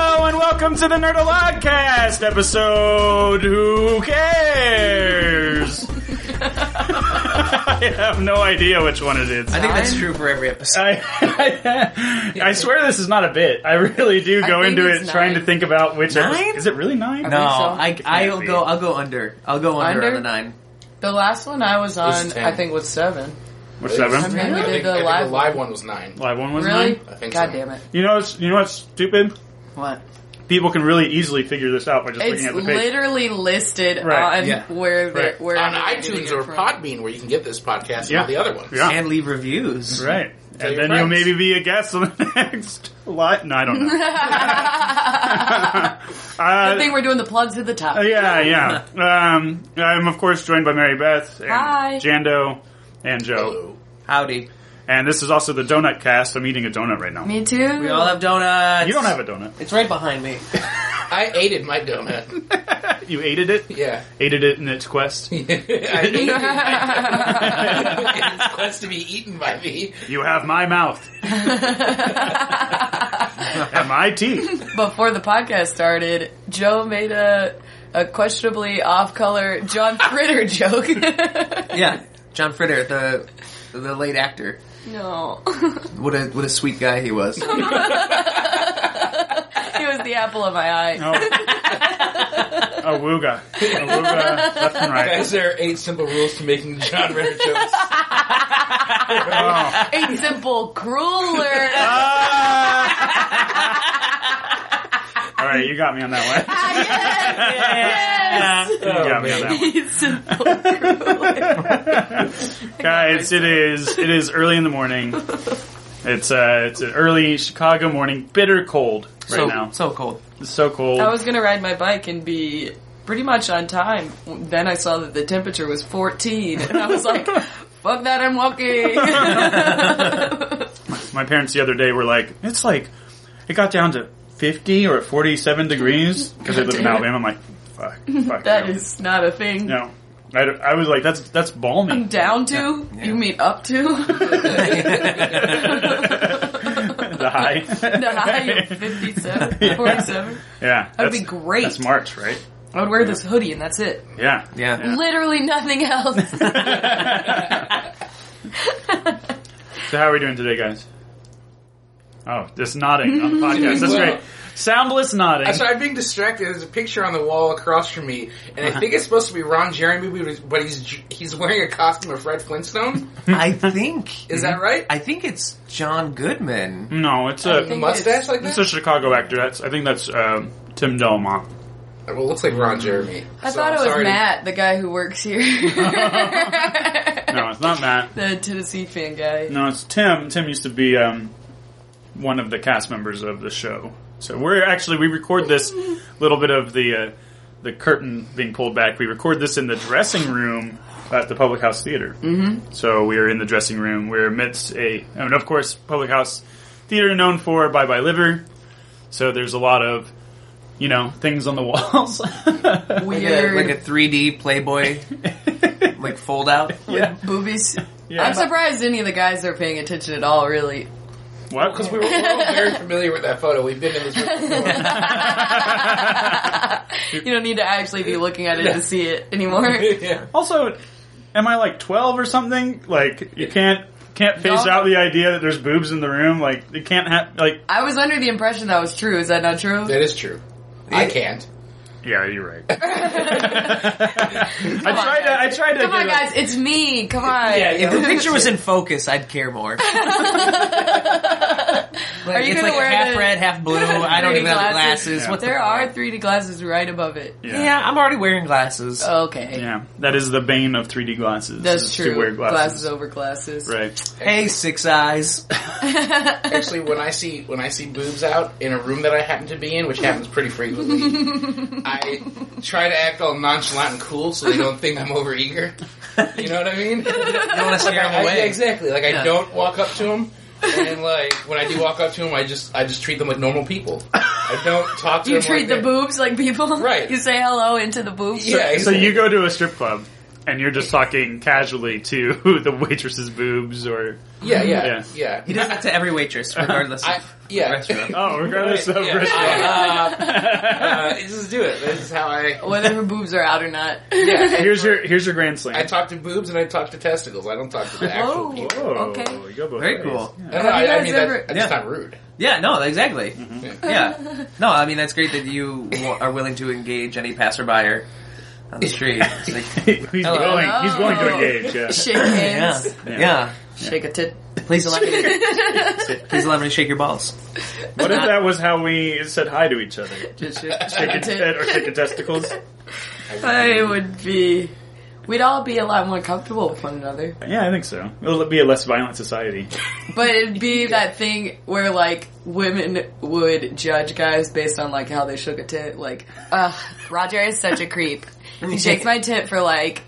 welcome to the Nerdalogcast episode. Who cares? I have no idea which one it is. I think that's Nine? true for every episode. I, I, swear this is not a bit. I really do go I think into it it's trying to nine. think about which. episode- Nine? Is it really nine? No, I, think I'll be. go. I'll go under. I'll go under, Under? on the nine. The last one I was was on, 10. I think, was seven. Which seven? Really? I We did think, the I think live the live one was nine. Live one was Really? nine. I think God so. damn it! You know, it's, you know what's stupid? What? People can really easily figure this out by just It's looking at the page. literally listed Right, on yeah. where the Right. where On you're getting iTunes it or from. Podbean, where you can get this podcast Yeah. and all the other ones. Yeah. And leave reviews. Right. Tell and your then you'll friends. maybe be a guest on the next lot. No, I don't know. uh, I think we're doing the plugs at the top. yeah, yeah. Um, I'm, of course, joined by Mary Beth and Hi. Jando and Joe. Hello. Howdy. And this is also the Donut Cast. I'm eating a donut right now. Me too. We all have donuts. You don't have a donut. It's right behind me. I aided my donut. You aided it? Yeah. Aided it in its quest. I aided my donut. It's quest to be eaten by me. You have my mouth. and my teeth. Before the podcast started, Joe made a a questionably off color John Fritter joke. yeah, John Fritter, the the late actor. no, What a what a sweet guy he was. he was the apple of my eye. Oh. A wooga. A wooga. Left and right. Guys, there are eight simple rules to making John Ritter jokes. Oh. A simple crueler. Ah! All right, you got me on that one. yes. You got me on that one. A simple crueler. Guys, it is it is early in the morning. It's uh it's an early Chicago morning, bitter cold right so, now. so cold. It's so cold. I was gonna ride my bike and be pretty much on time. Then I saw that the temperature was 14, and I was like, "Fuck that! I'm walking." My parents the other day were like, it's like it got down to 50 or 47 degrees because they live in Goddamn. Alabama. I'm like, fuck, fuck. that no. is not a thing. no. I, don't- I was like, that's that's balmy. Down to? Yeah. You mean up to? the high. the high of 57, 47. yeah. That'd that's- be great. That's March, right? I would wear this hoodie and that's it. Yeah. Yeah. Literally nothing else. So how are we doing today, guys? Oh, just nodding on the podcast. That's Well- great. Soundless nodding. I'm sorry, I'm being distracted. There's a picture on the wall across from me, and Uh-huh. I think it's supposed to be Ron Jeremy, but he's- but he's he's wearing a costume of Fred Flintstone. I think Is Mm-hmm. that right? I think it's John Goodman. No, it's a I think Mustache it's- like it's a that? Chicago actor. That's I think that's um, Tim Delmont. Well, it looks like Ron Jeremy. Mm-hmm. I so thought it I'm was sorry to- Matt, the guy who works here. No, it's not Matt. the Tennessee fan guy. No, it's Tim. Tim used to be um, one of the cast members of the show. So we're actually we record this little bit of the uh, the curtain being pulled back. We record this in the dressing room at the Public House Theater. Mm-hmm. So we are in the dressing room. We're amidst a I mean, of course, Public House Theater known for Bye Bye Liver. So there's a lot of you know things on the walls. Like a, Weird. like a 3D Playboy like fold out. yeah. Boobies. Yeah. I'm surprised any of the guys are paying attention at all, really. What? Because we were we're all very familiar with that photo. We've been in this room before. You don't need to actually be looking at it to see it anymore. yeah. Also, am I like twelve or something? Like you can't can't face No. out the idea that there's boobs in the room. Like you can't have like. I was under the impression that was true. Is that not true? That is true. I can't. Yeah, you're right. I tried to. I tried to. Come on, give a- guys, it's me. Come on. Yeah, If the picture was in focus, I'd care more. Are you it's gonna like wear half the- red, half blue. I don't 3D even have glasses? glasses. Yeah. What the There fuck? are 3D glasses right above it. Yeah. Yeah. I'm already wearing glasses. Okay. Yeah, that is the bane of 3D glasses. That's is true. To wear glasses. glasses. over glasses. Right. hey, six eyes. Actually, when I see when I see boobs out in a room that I happen to be in, which happens pretty frequently, I try to act all nonchalant and cool so they don't think I'm overeager. You know what I mean? I want to scare I- them yeah, away. exactly. Like I don't walk up to them, and like when I do walk up to them, I just I just treat them like normal people. I don't talk to You them. treat like the they- boobs like people. Right. You say hello into the boobs. Yeah. So you go to a strip club. and you're just talking casually to the waitress's boobs or Yeah, Yeah. yeah, yeah. He does that to every waitress, regardless I, of yeah. restaurant. oh, regardless of Yeah, restaurant. I, uh, uh, just do it. This is how I. Whether her boobs are out or not. Yeah, and Here's your here's your grand slam. I talk to boobs and I talk to testicles. I don't talk to the actual Whoa. people. Whoa, Okay. Oh, you go both Very ways. cool. Yeah. I don't know, Oh. Have you I, I guys mean, that, ever- that's Yeah. not rude. Yeah, no, exactly. Yeah. Yeah, no, I mean that's great that you wa- are willing to engage any passerby or on the street. It's like, he's Hello. going. He's going to Hello. engage. Yeah. Shake yeah, hands. Yeah. yeah. Shake a tit. Please allow me. To, please allow me to shake your balls. What if that was how we said hi to each other? Just shake, Shake a a tit. tit or shake a testicles? I would be. We'd all be a lot more comfortable with one another. Yeah, I think so. It'll be a less violent society. But it'd be that thing where like women would judge guys based on like how they shook a tit. Like, ugh, Roger is such a creep. He shakes my tit for like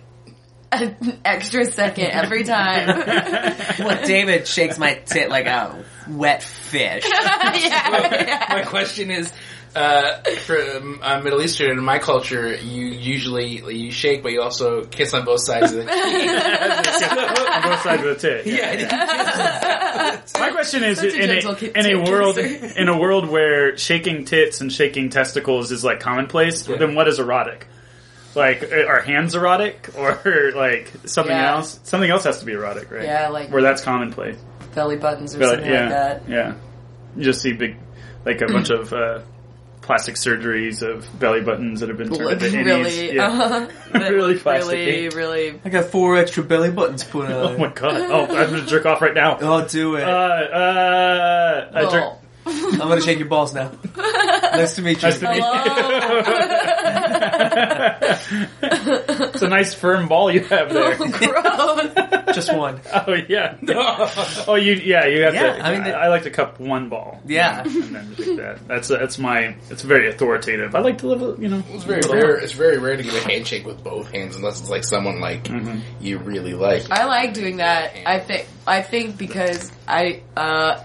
an extra second every time. Well, David shakes my tit like a wet fish. yeah, My question is, uh, for um, uh, Middle Eastern in my culture, you usually you shake, but you also kiss on both sides of the. On both sides of the tit. yeah, My question is, Such a in gentle a, kid- in a tit world kisser. in a world where shaking tits and shaking testicles is like commonplace, then what is erotic? Like, are hands erotic or like something Yeah. else? Something else has to be erotic, right? Yeah, like- where that's commonplace. belly buttons or But, something yeah, like that. yeah. You just see big, like a bunch of uh, plastic surgeries of belly buttons that have been turned into innies. Really, Yeah. uh, Really really, plasticky. really. I got four extra belly buttons put Oh my on. god! Oh, I'm gonna jerk off right now. Oh, do it. Uh, uh, I jerk. Well, I'm gonna shake your balls now. nice to meet you. Nice to meet you. Hello. It's a nice firm ball you have there. Oh, Gross. Just one. Oh yeah. Oh, you yeah you have to. Yeah, I I mean, the- I like to cup one ball. Yeah. And then just like that. That's that's my. It's very authoritative. I like to live. a- You know. it's very rare. It's very rare to get a handshake with both hands unless it's like someone like you really like. I like doing that. I think I think because I uh,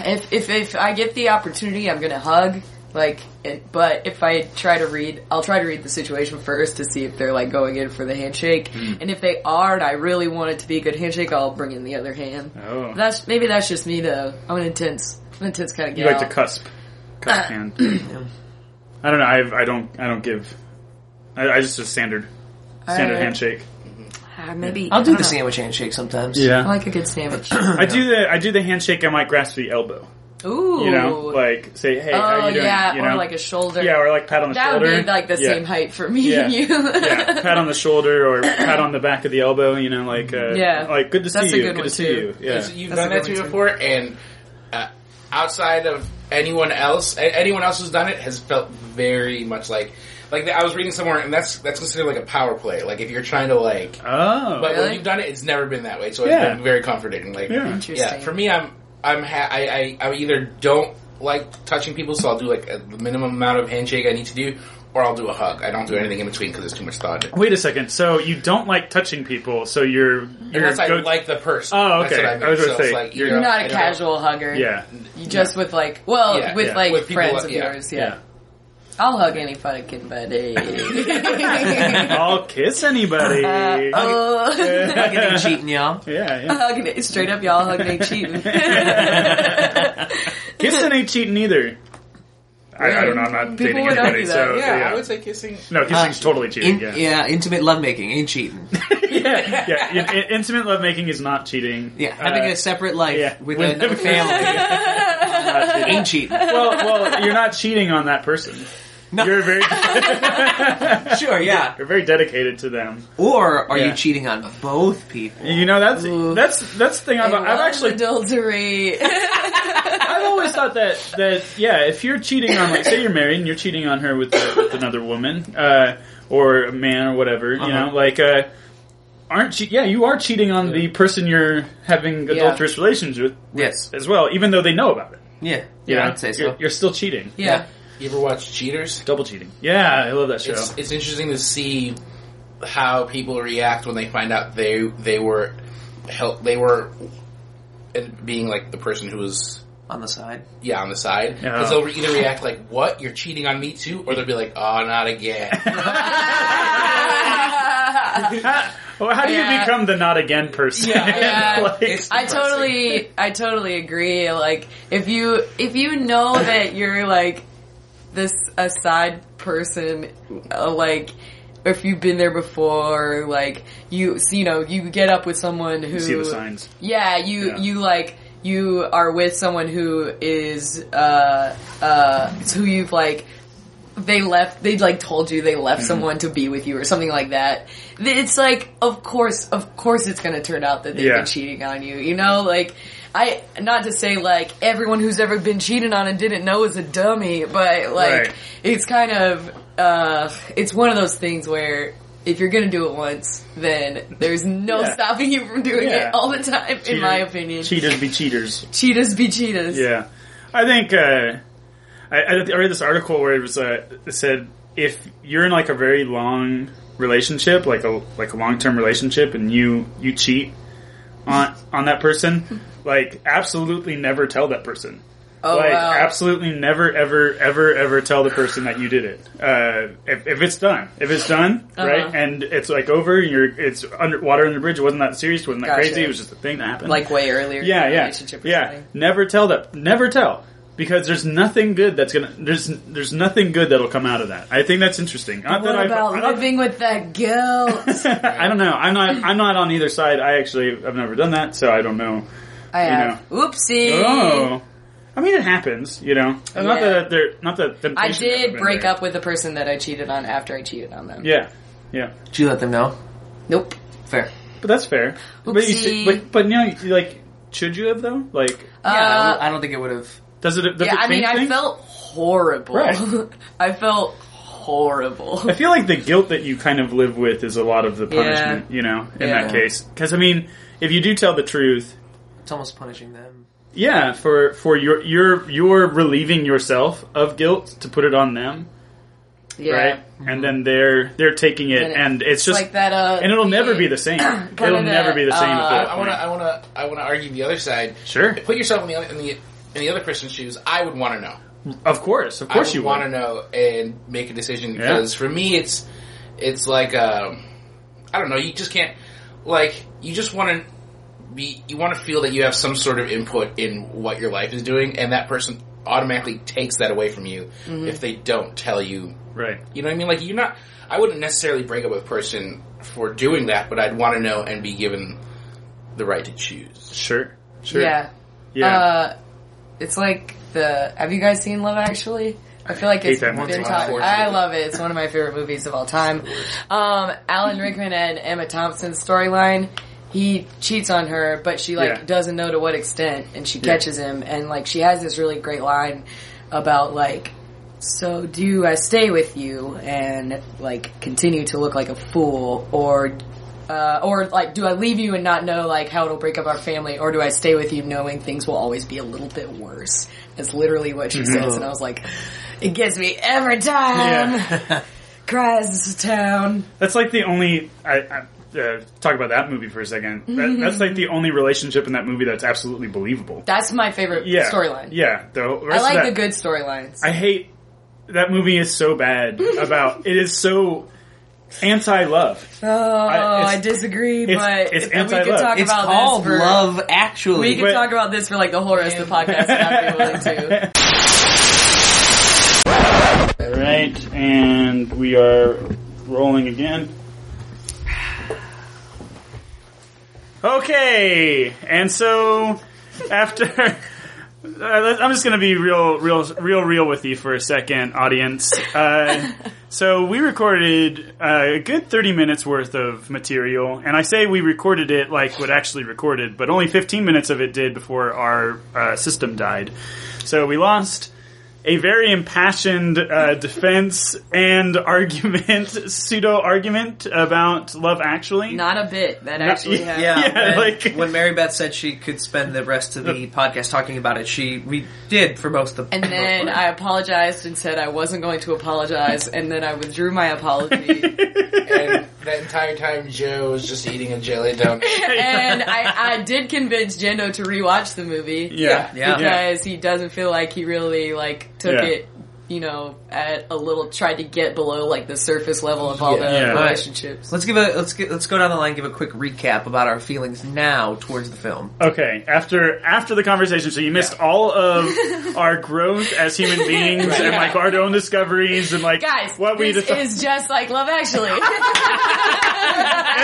if if if I get the opportunity, I'm gonna hug. Like, it, but if I try to read, I'll try to read the situation first to see if they're like going in for the handshake, Mm-hmm. and if they are, and I really want it to be a good handshake, I'll bring in the other hand. Oh. That's maybe that's just me though. I'm an intense, I'm an intense kind of you gal. like to cusp. Cusp Uh, hand. I don't know. I I don't I don't give. I, I just a standard standard Alright. handshake. Ah, maybe I'll do I the don't know. sandwich handshake sometimes. I like a good sandwich. I do the I do the handshake. I might grasp the elbow. Ooh, You know, like say hey, how oh you doing? yeah, you or know? like a shoulder. yeah, or like pat on the That shoulder. would be like the Yeah. same height for me Yeah. and you. yeah, pat on the shoulder or pat on the back of the elbow. You know, like uh, Yeah. like good to That's see a you, good one, to see too. you. Yeah, So you've That's done a good that one, to me too. before, and uh, outside of anyone else, a- anyone else who's done it has felt very much like like I was reading somewhere, and that's that's considered like a power play. Like if you're trying to like, oh, but when Really? you've done it, it's never been that way. So Yeah. it's been very comforting. Like yeah. Interesting. for me, I'm I'm ha- I, I I either don't like touching people, so I'll do like a the minimum amount of handshake I need to do, or I'll do a hug. I don't do anything in between because it's too much thought. Wait a second. So you don't like touching people. So you're you're Unless I go- like the person. Oh, That's okay. what I, mean. I was gonna so it's say, like, you're you You're know, not I a don't know. casual hugger. yeah. You just with like, well, Yeah, with yeah. like With people, friends of yeah. yours. Yeah. Yeah. I'll hug any fucking buddy. I'll kiss anybody. Uh, oh, Fucking ain't cheating, y'all. yeah, hugging it straight up, y'all hugging ain't cheating. yeah. Kissing ain't cheating either. I, I don't know. I'm not People dating would anybody. argue that. So Yeah, yeah. I would say kissing. no, kissing's totally cheating. In, Yeah, yeah. yeah. intimate lovemaking ain't cheating. in- in- intimate lovemaking is not cheating. Yeah, Uh, having a separate life yeah. with With- another family not cheating. ain't cheating. Uh, well, well, you're not cheating on that person. No. You're very, Sure, yeah. you're very dedicated to them. Or are Yeah. you cheating on both people? You know that's Ooh. that's that's the thing I've, I've actually adultery. I've always thought that that yeah, if you're cheating on like say you're married and you're cheating on her with, uh, with another woman uh, or a man or whatever, you know, Uh-huh. like uh, aren't you? Yeah, you are cheating on the person you're having adulterous relations with Yes. as well, even though they know about it. Yeah. You Yeah, know? I'd say so. You're, you're still cheating, yeah. You ever watch Cheaters? double cheating. Yeah, I love that show. It's, it's interesting to see how people react when they find out they they were help they were and being like the person who was on the side. yeah on the side Yeah. because they'll either react like what you're cheating on me too or they'll be like oh not again how, well, how do you Yeah. become the not again person? Yeah, Yeah. Like- It's- I depressing. totally, I totally agree. Like, if you if you know that you're like this a side person, uh, like if you've been there before, like you, so, you know, you get up with someone who, you see the signs. yeah, you Yeah. you like you are with someone who is uh uh who you've like they left they like told you they Mm-hmm. left someone to be with you or something like that Th- it's like of course of course it's gonna turn out that they've Yeah. been cheating on you you know like i not to say like everyone who's ever been cheated on and didn't know is a dummy but like Right. it's kind of uh it's one of those things where if you're gonna do it once then there's no Yeah. stopping you from doing Yeah. it all the time in my opinion Cheaters be cheaters. cheetahs be cheetahs Yeah, I think uh, I, I I read this article where it was uh, it said if you're in like a very long relationship, like a like a long term relationship, and you you cheat on on that person, like absolutely never tell that person. oh like wow absolutely never ever ever ever tell the person that you did it uh, if, if it's done if it's done right Uh-huh. and it's like over and you're it's under water under the bridge it wasn't that serious wasn't that Gotcha. crazy it was just a thing that happened like way earlier yeah in the yeah relationship or yeah something. never tell that never tell because there's nothing good that's gonna there's there's nothing good that'll come out of that I think that's interesting not What that I- about I, don't- living with that guilt? I don't know I'm not I'm not on either side I actually I've never done that so I don't know I You have. Oopsie. Oh. I mean, it happens, you know. Not Yeah. that they're not that. I temptation hasn't did been break there. up with the person that I cheated on after I cheated on them. Yeah, yeah, Did you let them know? Nope. Fair. but that's fair. But you, should- Oopsie. but but you know, you, like, should you have though? Like, Uh, yeah, I don't- I don't think it would have. does it? Does yeah, it I mean, change I things? felt horrible. Right. I felt horrible. I feel like the guilt that you kind of live with is a lot of the punishment, you know, in Yeah. that case. Because I mean, if you do tell the truth, It's almost punishing them. yeah, for for your your you're relieving yourself of guilt to put it on them, yeah. right? Mm-hmm. And then they're they're taking it, And and, it- it's just like that, uh, and it'll never be the same. It'll of never be the same. uh, at I, that I point. wanna, I wanna, I wanna argue the other side. Sure. Put yourself in the other, in the in the other person's shoes. I would want to know. Of course, of course I you want want to to. know and make a decision Yeah. because for me it's it's like um, I don't know. You just can't like you just want to be you want to feel that you have some sort of input in what your life is doing, and that person automatically takes that away from you Mm-hmm. if they don't tell you. Right. You know what I mean? Like you're not. I wouldn't necessarily break up with a person for doing that, but I'd want to know and be given the right to choose. Sure. Sure. Yeah. Yeah. Uh, it's like the. Have you guys seen Love Actually? I feel like it's Hate been that movie. talked. Unfortunately. I love it. It's one of my favorite movies of all time. Um, Alan Rickman and Emma Thompson's storyline. He cheats on her, but she like Yeah. doesn't know to what extent, and she catches him, and like she has this really great line about like. So do I stay with you and like continue to look like a fool, or uh, or like do I leave you and not know like how it'll break up our family, or do I stay with you knowing things will always be a little bit worse? That's literally what she says, and I was like, it gets me every time. Cries town. That's like the only. I, I uh, talk about that movie for a second. That, Mm-hmm. that's like the only relationship in that movie that's absolutely believable. That's my favorite Yeah. storyline. Yeah. The I rest like of the that, good storylines. I hate that movie is so bad about it is so anti love. oh, I- I, it's- disagree, it's- but it's we could anti-love. talk It's about called this for love, actually. we could But- talk about this for like the whole rest of the podcast. and I'd be willing to. Right, and we are rolling again. Okay, and so after, uh, let- I'm just going to be real, real, real, real with you for a second, audience. Uh, so we recorded uh, a good 30 minutes worth of material, and I say we recorded it like what actually recorded, but only 15 minutes of it did before our uh, system died. So we lost a very impassioned uh, defense and argument, pseudo argument about Love Actually. Not a bit that actually yeah. happened. Yeah, Yeah, when, like- when Mary Beth said she could spend the rest of the podcast talking about it, she we did for most of. And then I apologized and said I wasn't going to apologize, and then I withdrew my apology. and that entire time, Joe was just eating a jelly donut. and I, I did convince Jendo to rewatch the movie yeah, Yeah. because he doesn't feel like he really like took Yeah. it you know, at a little, tried to get below like the surface level of all Yeah. the Yeah. relationships. Let's give a let's get, let's go down the line. Give a quick recap about our feelings now towards the film. Okay, after after the conversation, so you missed all of our growth as human beings Right. and like our own discoveries and like Guys, what we this defi- is just like Love Actually. And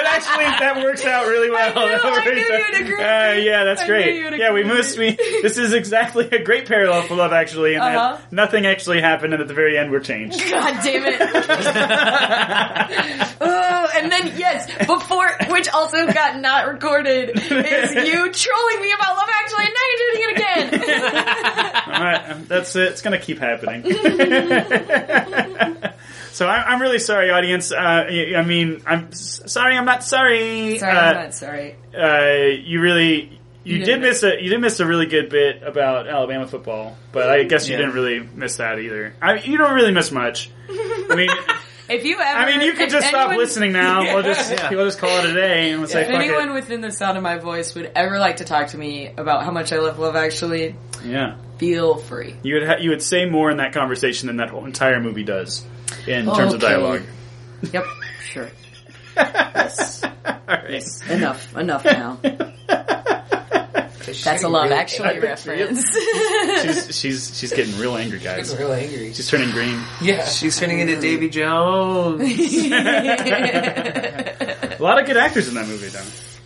actually, that works out really well. I knew- I knew That- you'd agree. Uh, yeah, that's I knew great. you'd Yeah, we agree. missed. We this is exactly a great parallel for Love Actually, and Uh-huh. that nothing actually happened, and at the very end, we're changed. God damn it. oh, and then yes, before, which also got not recorded, is you trolling me about Love Actually and now you're doing it again. All right, um, that's it. It's going to keep happening. so I, I'm really sorry, audience. Uh, I, I mean, I'm s- sorry. I'm not sorry. sorry, uh, I'm not sorry. uh, you really you, You did didn't miss a you did miss a really good bit about Alabama football, but I guess you Yeah. didn't really miss that either. I mean, you don't really miss much. I mean, If you ever, I mean, you could if just stop anyone- listening now. We'll just Yeah. we'll just call it a day and we'll say If fuck anyone it. within the sound of my voice would ever like to talk to me about how much I love Love Actually, yeah, feel free. you would ha- you would say more in that conversation than that whole entire movie does in terms of Oh, Okay. dialogue. Yep, sure. All right. Enough, enough now. That's a Love Actually reference. She's she's she's getting real angry, She's guys. real angry. She's turning green. Yeah. She's turning into Davy Jones. A lot of good actors in that movie, though.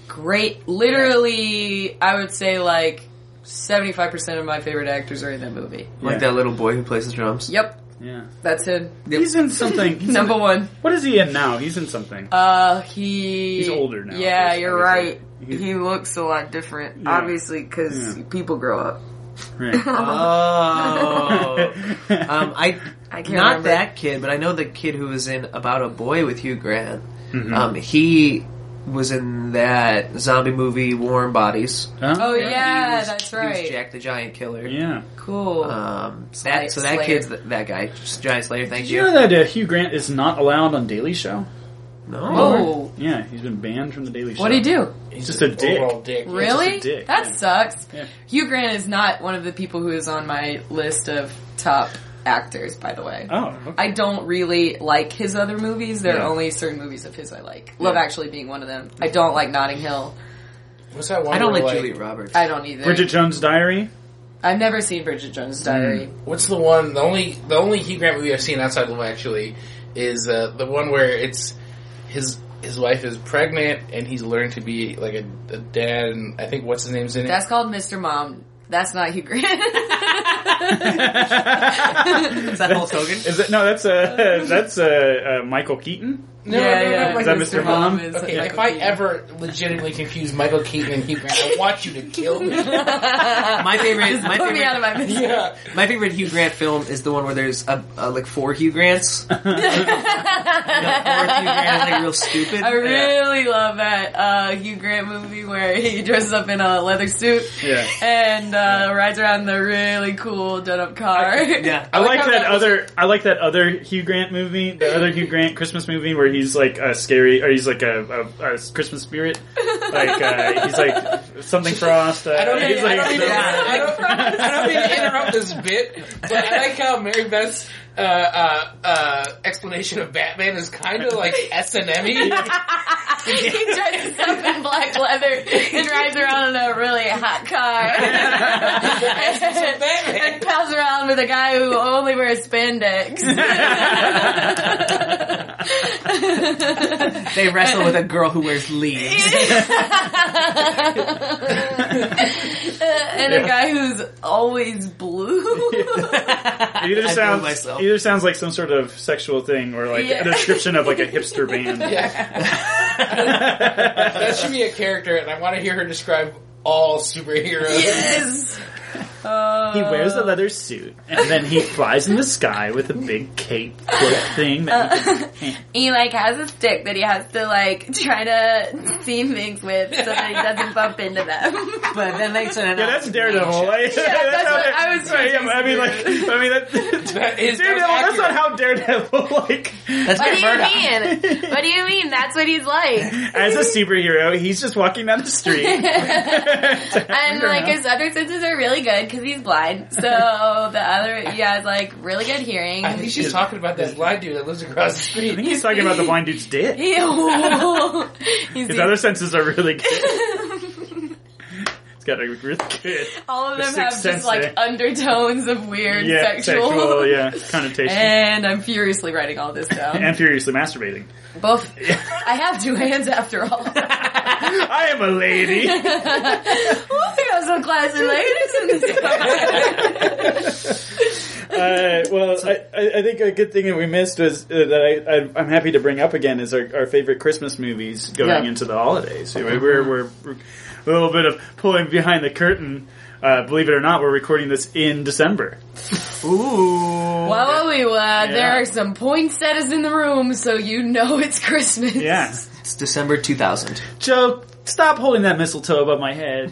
Great. Literally, I would say like 75% of my favorite actors are in that movie. Yeah. Like that little boy who plays the drums. Yep, Yeah, that's him. he's in something. he's in- Number one. What is he in now? He's in something. Uh, he. He's older now, Yeah, obviously. you're right. He- He looks a lot different, Yeah. obviously, because Yeah. people grow up. Right. Oh. Um, I, I can't not remember. that kid, but I know the kid who was in About a Boy with Hugh Grant. Mm-hmm. Um, he was in that zombie movie Warm Bodies. Huh? Oh yeah, He was- that's He was right. Uh, Jack the Giant Killer. Yeah. Cool. Um, Slayer- that, so that Slayer. kid's th- that guy, just Giant Slayer. Thank Did you. you know that uh, Hugh Grant is not allowed on Daily Show? No, oh, Yeah, he's been banned from the Daily Show. what do you do? He's Just a an dick. Overall dick. Really? just a dick, that yeah. sucks. Yeah. Hugh Grant is not one of the people who is on my list of top actors, by the way. Oh, okay. I don't really like his other movies. There Yeah. are only certain movies of his I like. Love Actually being one of them. I don't like Notting Hill. What's that one? I don't where, like, Julia Roberts. I don't either. Bridget Jones' Diary. I've never seen Bridget Jones' Diary. Hmm. What's the one? The only the only Hugh Grant movie I've seen outside of actually is uh, the one where it's his his wife is pregnant and he's learned to be like a, a dad and I think what's his name's in it. That's called Mr. Mom. That's not Hugh Grant. Is that Hulk Hogan? Is it? No, that's uh, that's uh, uh, Michael Keaton. no, yeah, no, no, yeah. no, Is that Michael- Mr. Mom? is Okay, Michael if I Keaton. ever legitimately confuse Michael Keaton and Hugh Grant, I want you to kill me. My favorite. Just My put favorite. me out of my misery. yeah. My favorite Hugh Grant film is the one where there's a, a like four Hugh Grants. the fourth Hugh Grant is like real stupid. I really love that uh, Hugh Grant movie where he dresses up in a leather suit Yeah. and uh, rides around the really cool done up car. yeah. I like how that that was- other. I like that other Hugh Grant movie, the other Hugh Grant Christmas movie where he's like a scary, or he's like a, a, a Christmas spirit, like uh, he's like something frost. Uh, I don't he's mean, I like don't mean, to- Yeah. I don't- I don't mean to interrupt this bit, but I like how Mary Beth's uh, uh, uh, explanation of Batman is kind of like S and M. he dresses up in black leather and rides around in a really hot car. and, and pals around with a guy who only wears spandex. They wrestle with a girl who wears leaves. and a guy who's always blue. either I sounds blew myself. either sounds like some sort of sexual thing or like Yeah. a description of like a hipster band. Yeah. that should be a character, and I want to hear her describe all superheroes. yes. He wears a leather suit, and then he flies in the sky with a big cape cloak thing. Uh, That he can, he like has a stick that he has to like try to see things with so that he doesn't bump into them. But then they said, yeah, that's Daredevil. Like, that's how what that- I was Right, yeah, thinking. I mean, like, I mean, that, That is that was Daredevil. That's not accurate. how Daredevil. Like, That's What do you Murdoch. mean? What do you mean? That's what he's like. as a superhero, he's just walking down the street. And like his other senses are really good because he's blind. So the other, he has like really good hearing. I think she's talking about that blind dude that lives across the I think street. he's talking about the blind dude's dick. Ew. He's His other senses are really good. It's got a really good, All of The them sixth have just sense like there. undertones of weird yeah, sexual. sexual, yeah, connotation, and, And I'm furiously writing all this down. furiously masturbating. Both. I have two hands after all. I am a lady. Oh, we got some classy ladies in this class. uh, well, I, I I think a good thing that we missed was uh, that I, I, I'm happy to bring up again is our, our favorite Christmas movies going Yeah. into the holidays. We're, we're, we're, a little bit of pulling behind the curtain. Uh, believe it or not, we're recording this in December. Ooh. Well, we were. There are some poinsettias in the room, so you know it's Christmas. Yeah. It's December 2000. Joe, stop holding that mistletoe above my head.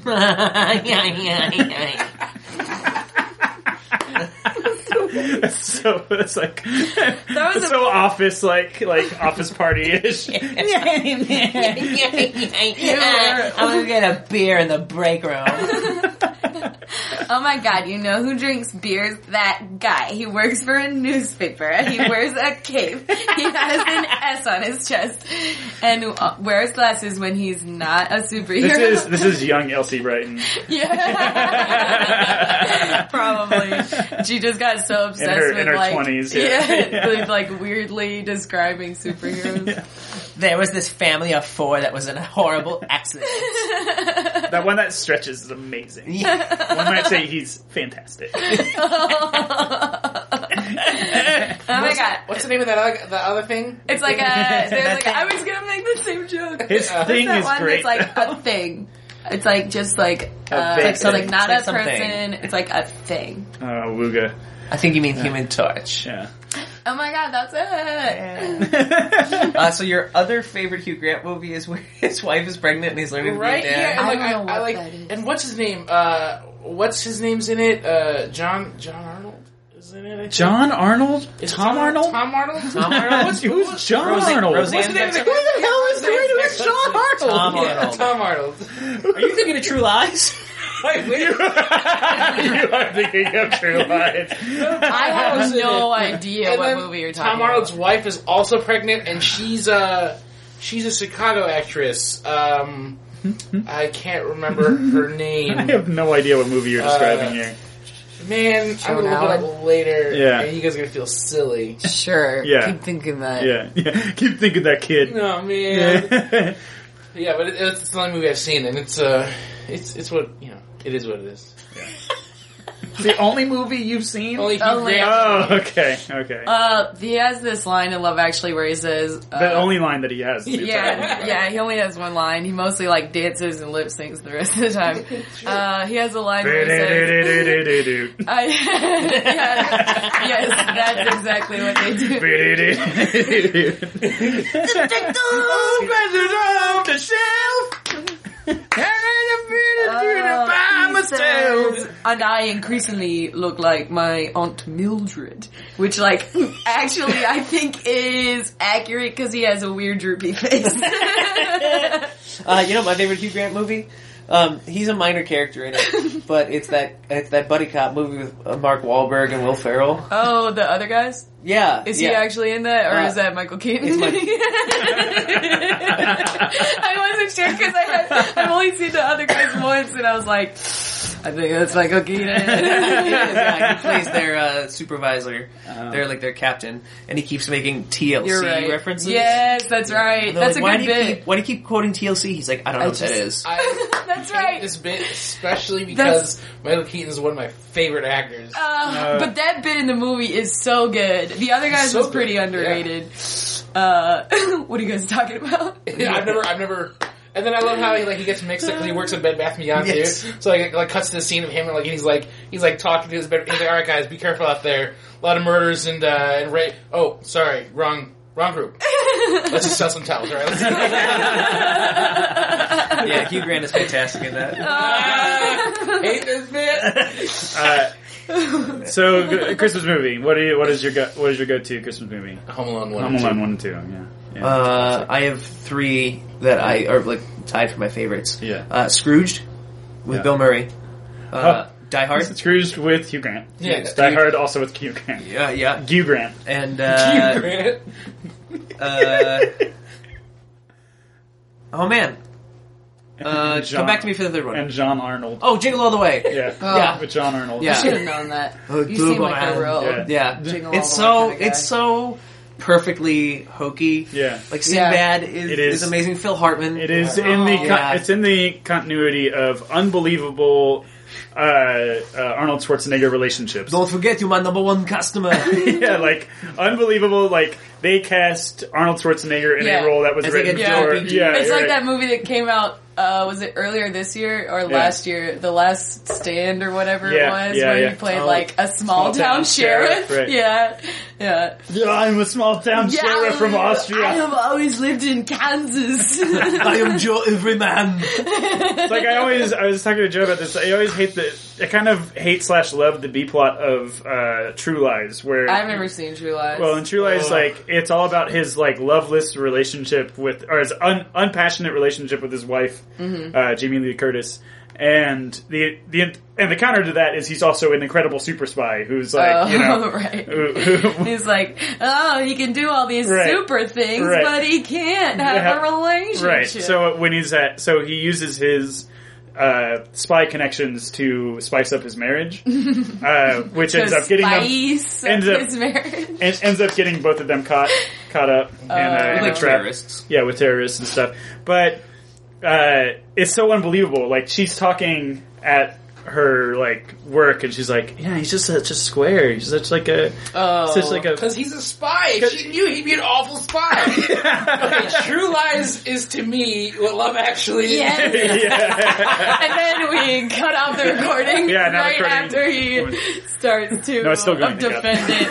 That's so it's like That was it's so office like like office party ish. I'm gonna get a beer in the break room. Oh my god, you know who drinks beers? That guy. He works for a newspaper. He wears a cape. He has an S on his chest. And uh, wears glasses when he's not a superhero. This is this is young Elsie Brighton yeah. Probably. She just got so obsessed in her with in her like. twenties. yeah. with, like weirdly describing superheroes. There was this family of four that was in a horrible accident. That one that stretches is amazing. Yeah. One might say he's fantastic. Uh, Oh my god. What's the name of that other, the other thing? It's like a, there's like, I was gonna make the same joke. His thing that is one great. that's like a thing. It's like just like A uh, big it's like thing. not It's a like something. person. It's like a thing. oh, Wooga. I think you mean Human Torch. Yeah. Oh my god, that's it. Uh, so your other favorite Hugh Grant movie is where his wife is pregnant and he's learning to Right? be a Yeah. dad. And, I like, don't I, know I what like, that is. and what's his name? Uh, what's his name's in it? Uh, John John Arnold is in it. I think. John Arnold? Is it Tom Arnold? Tom Arnold. Tom Arnold? What's- Who's what's- John Rosie- Arnold? Roseanne What's the name of the Beckman? Who the hell is the name of this John Tom Arnold? Yeah, Arnold. Tom Arnold. Are you thinking of True Lies? Wait, wait. you are thinking of True Lies. I have no idea And what then movie you're talking Tom Arnold's wife is also pregnant, and she's a she's a Chicago actress. Um, I can't remember her I name. have no idea what movie you're describing Uh, here. Man, I'm Joan gonna look it up Allen? later. Yeah. and you guys are gonna feel silly. about. Sure. Yeah. Keep thinking that. Yeah, yeah. Keep thinking that kid. No Oh, man. Yeah, Yeah. but it, it's the only movie I've seen, and it's uh, it's it's what you know. It is what it is. the only movie you've seen? Only Hugh Only- Grant. oh, okay, okay. Uh, he has this line in Love Actually where he says, uh, the only line that he has. is the title. Yeah, yeah, he only has one line. He mostly like dances and lip syncs the rest of the time. Uh, he has a line where he says, Do-do-do-do-do-do. I, yeah, yes, that's exactly what they do. Uh, Oh, he says, and I increasingly look like my aunt Mildred, which, like, actually, I think is accurate because he has a weird droopy face. Uh, you know my favorite Hugh Grant movie. Um, he's a minor character in it, but it's that it's that buddy cop movie with uh, Mark Wahlberg and Will Ferrell. oh, the other guys? Yeah, Is yeah. he actually in that, or Uh, is that Michael Keaton? it's Michael- I wasn't sure because I had I've only seen the other guys once, and I was like, I think that's Michael Keaton. yeah, he plays their uh, supervisor. Oh. They're like their captain, and he keeps making TLC You're right. references. Yes, that's right. And they're That's like, why a good do you bit. Keep, why do you keep quoting TLC? He's like, I don't know I what that is. I that's hate right. this bit especially That's- because Michael Keaton is one of my favorite actors. Uh, but that bit in the movie is so good. The other guys So was pretty good, underrated. Uh, what are you guys talking about? Yeah, I've never, I've never. And then I love how he like he gets mixed up because he works at Bed Bath and Beyond Yes. too. So like, it, like cuts to the scene of him and like he's like he's like talking to his bed. He's like, all right, guys, be careful out there. A lot of murders and uh, and rape. Oh, sorry, wrong wrong group. Let's just sell some towels, all right? Let's yeah, Hugh Grant is fantastic in that. Uh, hate this bit. Uh, so, g- Christmas movie. What do you? What is your go? What is your go-to Christmas movie? Home Alone one. Home and two. Alone one and two. Yeah. yeah. Uh, I have three that I are like tied for my favorites. Yeah. Uh, Scrooged with Yeah. Bill Murray. Uh, Oh, Die Hard. Scrooged with Hugh Grant. Yeah, Yes, that- Die Hard also with Hugh Grant. Yeah, yeah, Hugh Grant. and uh, Grant. uh, oh man, uh, And come back to me for the third one. and John Arnold. oh, Jingle All the Way. Yeah, Oh. with John Arnold. Yeah. I should have known that. Oh, you seem like Doberman. a real Yeah. Yeah, Jingle all it's the way so kinda guy. it's so perfectly hokey. Yeah. Like Yeah. Sinbad is, It is. is. amazing. Phil Hartman. It is in the con- Yeah. it's in the continuity of unbelievable uh, uh, Arnold Schwarzenegger relationships. Don't forget, you my number one customer. yeah, like unbelievable. Like they cast Arnold Schwarzenegger in Yeah. a role that was As like written a for. JRPG. Yeah, it's you're like that right. movie that came out. Uh, was it earlier this year or last year? The Last Stand or whatever Yeah, it was, yeah, where yeah. he played Oh, like a small, town, town sheriff. sheriff, right. Yeah, yeah. Yeah, I'm a small town yeah sheriff from I Austria. have always lived in Kansas. I am Joe Everyman. It's like I always, I was talking to Joe about this. I always hate the, I kind of hate slash love the B plot of uh, True Lies, where I've never seen True Lies. Well, in True Lies, Ugh. like it's all about his like loveless relationship with, or his un- unpassionate relationship with his wife, Mm-hmm. uh, Jamie Lee Curtis, and the the and the counter to that is he's also an incredible super spy who's like Oh, you know. right. who- who- He's like, oh, he can do all these Right. super things, Right. but he can't have Yeah. a relationship. right. So when he's at, so he uses his uh, spy connections to spice up his marriage, uh, which To ends up getting them, spice up ends up- his marriage. en- ends up getting both of them caught caught up in, a, in a Like trap. yeah, with terrorists and stuff. But uh, it's so unbelievable. Like she's talking at her like work, and she's like, "Yeah, he's just such a square. He's such like a Oh. such like a." Because he's a spy. If she knew, he'd be an awful spy. True Lies is to me what Love Actually is. Yes. yeah. and then we cut off the recording Yeah, now right recording. after he starts to No, it's still going. defend it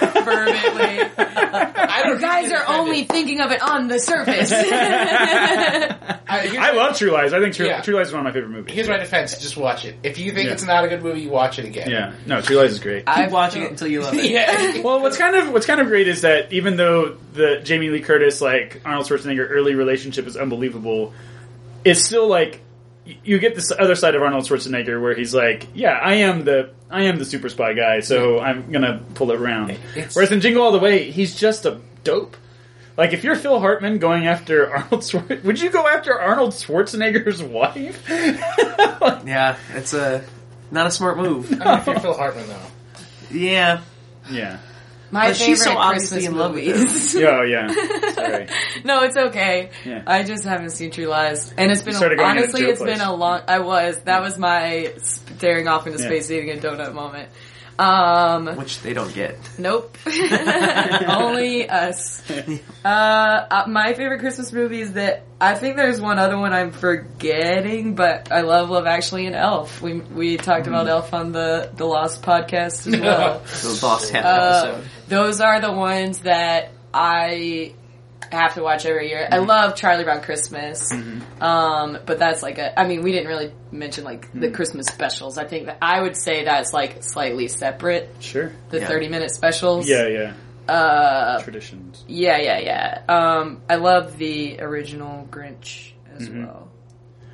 fervently. I don't you guys think are it's only offended. thinking of it on the surface. I, here's, I love True Lies. I think True, Yeah. True Lies is one of my favorite movies. here's my defense. Just watch it. If you think Yeah. it's not a good movie, you watch it again. Yeah, no, True Lies is great. I- Keep watching it until you love it. Yeah. Well, what's kind of what's kind of great is that even though the Jamie Lee Curtis like Arnold Schwarzenegger early relationship is unbelievable, it's still like y- you get this other side of Arnold Schwarzenegger where he's like, yeah, I am the I am the super spy guy, so I'm gonna pull it around. It's- Whereas in Jingle All the Way, he's just a dope. Like if you're Phil Hartman going after Arnold, Schwar- would you go after Arnold Schwarzenegger's wife? Yeah, it's a not a smart move. I don't know if you're Phil Hartman though. Yeah, yeah. My But favorite she's so obviously Christmas in love with movies. Yeah, Oh, yeah. Sorry. no, it's okay. Yeah. I just haven't seen True Lies, and it's been started going into honestly, Joe it's place. been a long. I was that was my staring off into Yeah. space eating a donut moment. Um, which they don't get. Nope. Only us. Uh, uh, my favorite Christmas movies that I think there's one other one I'm forgetting, but I love Love Actually and Elf. We we talked Mm-hmm. about Elf on the the Lost podcast as well. The lost half Uh, episode. those are the ones that I have to watch every year. I Mm-hmm. love Charlie Brown Christmas, um, but that's like a. I mean, we didn't really mention like the Mm-hmm. Christmas specials. I think that I would say that's like slightly separate. Sure. The Yeah. thirty minute specials. Yeah, yeah. Uh, Traditions. yeah, yeah, yeah. Um, I love the original Grinch as Mm-hmm. well.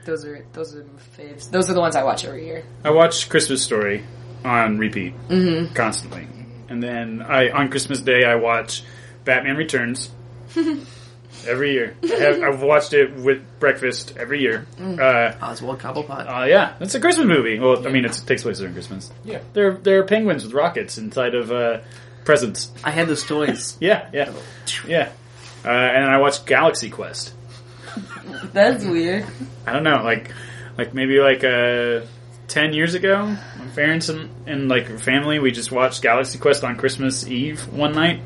Those are those are my faves. Those are the ones I watch every year. I watch Christmas Story on repeat constantly, and then I on Christmas Day I watch Batman Returns every year. I have, I've watched it with breakfast every year. Uh, Oswald Cobblepot. uh, yeah, it's a Christmas movie. Well, I mean, it's, it takes place during Christmas. Yeah. There, there are penguins with rockets inside of uh, presents. I had those toys. Yeah, yeah, yeah. Uh, and I watched Galaxy Quest. That's weird. I don't know, like, like maybe like uh, ten years ago, my parents and, and like family, we just watched Galaxy Quest on Christmas Eve one night,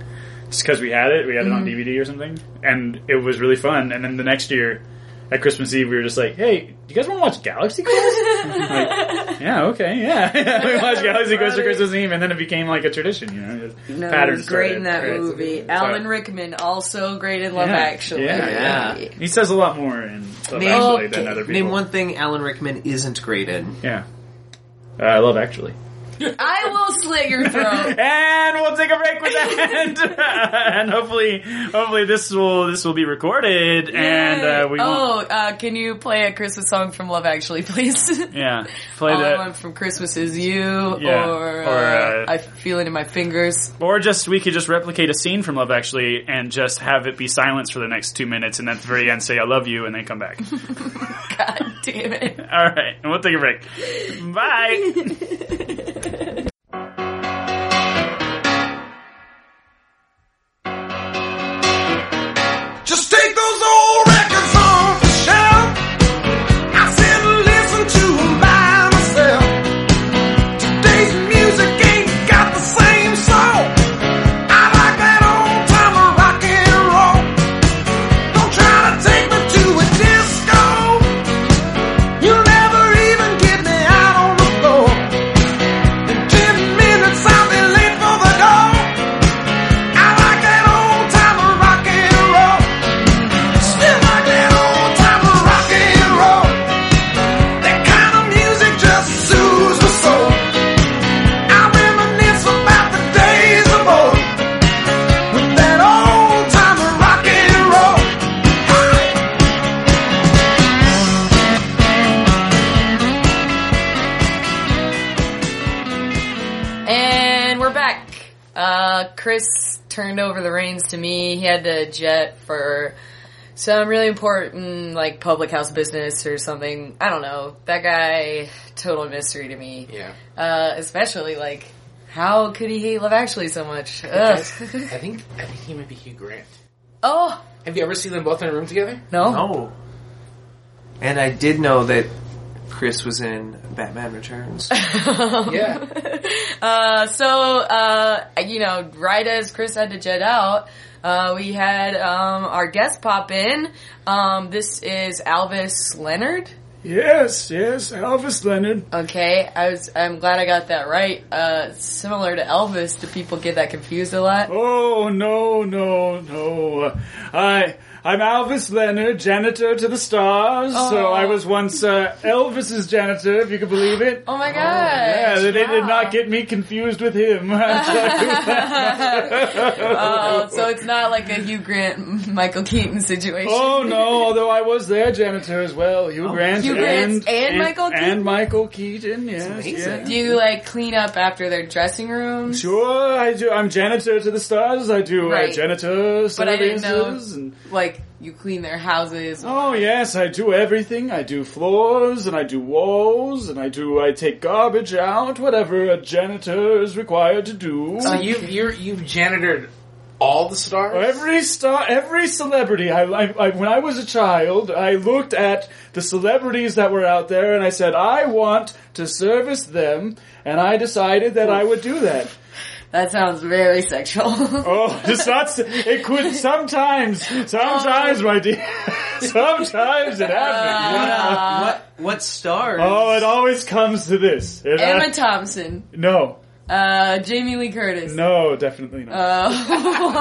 just because we had it, we had it on DVD or something, and it was really fun. And then the next year, at Christmas Eve, we were just like, "Hey, you guys want to watch Galaxy Quest?" like, yeah, okay, yeah, we watched Galaxy Quest on Right. Christmas Eve, and then it became like a tradition, you know, just No, pattern he was great started, in that right? movie. So- Alan Rickman also great in Love Yeah, Actually. yeah, yeah. He says a lot more in Love Name- Actually than Okay. other people. Name one thing Alan Rickman isn't great in. Yeah. Uh, I love Actually. I will slit your throat. and we'll take a break with that, and, hopefully, hopefully this will this will be recorded, and uh, we oh, won't. uh, can you play a Christmas song from Love Actually, please? Yeah, play All I that, want from Christmas is you, Yeah, or, or, uh, uh, I feel it in my fingers. or just we could just replicate a scene from Love Actually, and just have it be silence for the next two minutes, and at the very end say "I love you," and then come back. God damn it. All right, and we'll take a break. Bye. Just take those old records off the shelf. I sit and listen to 'em by myself. Today's music ain't got the same soul. I like that old time rock and roll. Don't try to take me to a disco. You'll never even get me out on the floor. In ten minutes I'll be late for the door. I like that old time rock and roll. Still like that old time rock and roll. That kind of music just soothes my soul. I reminisce about the days of old with that old time rock and roll. And we're back. Uh, Chris turned over the reins to me. He had to jet for some really important, like, public house business or something. I don't know. That guy, total mystery to me. Yeah. Uh, especially, like, how could he hate Love Actually so much? Ugh. I think I think he might be Hugh Grant. oh, Have you ever seen them both in a room together? no. No. And I did know that Chris was in Batman Returns. Yeah. Uh, so, uh, you know, right as Chris had to jet out, uh, we had, um, our guest pop in. Um, this is Alvis Leonard. Yes, yes, Elvis Leonard. Okay, I was, I'm glad I got that right. Uh, similar to Elvis, do people get that confused a lot? Oh no, no, no! I I'm Alvis Leonard, janitor to the stars. So Oh. I was once uh, Elvis's janitor, if you could believe it. Oh my god! Yeah, they, they did not get me confused with him. Oh, so it's not like a Hugh Grant, Michael Keaton situation. oh no! Although I was their janitor as well, Hugh Grant, Hugh Oh, Grant and, and Michael Keaton? and Michael Keaton. Yes, amazing. yes. Do you like clean up after their dressing rooms? Sure, I do. I'm janitor to the stars. I do Right. uh, janitor But I didn't services know- and. Like you clean their houses? Oh yes, I do everything. I do floors and I do walls and I do I take garbage out, whatever a janitor is required to do. So you you you've janitored all the stars. Every star, every celebrity. I, I, I, when I was a child, I looked at the celebrities that were out there, and I said, I want to service them, and I decided that I would do that. That sounds very sexual. Oh, it's not. s- It could sometimes, sometimes, my dear, sometimes it happens. Uh, what, what stars? Oh, it always comes to this. It, uh, Emma Thompson, no, uh, Jamie Lee Curtis. no, definitely not.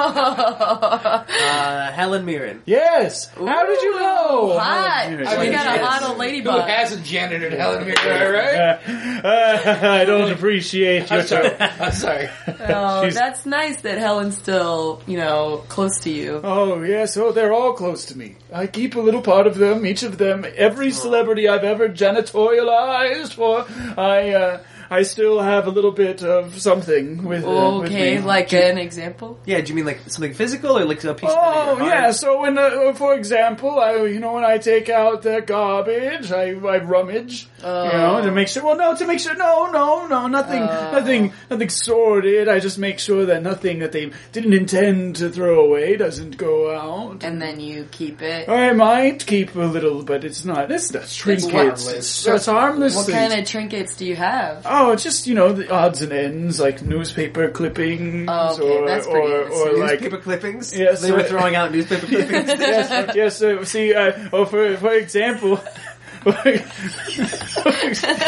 Uh, uh, Helen Mirren. yes. How did you Oh, know? hot. Helen We Mirren. I mean, got a yes. lot of Who ladybugs. hasn't janitored Helen Mirren? Right? Uh, uh, I don't appreciate your I'm sorry. joke. I'm sorry. Oh, She's- that's nice that Helen's still, you know, close to you. Oh yes, oh they're all close to me. I keep a little part of them, each of them, every celebrity I've ever janitorialized for. I uh, I still have a little bit of something with. Uh, with Okay, me. like an example. Yeah, do you mean like something physical or like a piece Oh of your yeah, heart? so when uh, for example, I you know when I take out the garbage, I I rummage, Oh, you know, to make sure. Well, no, to make sure. No, no, no, nothing, Oh. nothing, nothing sordid. I just make sure that nothing that they didn't intend to throw away doesn't go out. And then you keep it. I might keep a little, but it's not. It's not trinkets. It's harmless. It's, just harmless. What things. kind of trinkets do you have? Oh, it's just you know the odds and ends, like newspaper clippings, Oh, okay, or that's pretty or, or innocent. like Newspaper clippings? Yes, They were uh, throwing out newspaper clippings. yes, yes. Uh, see, uh, oh, for for example.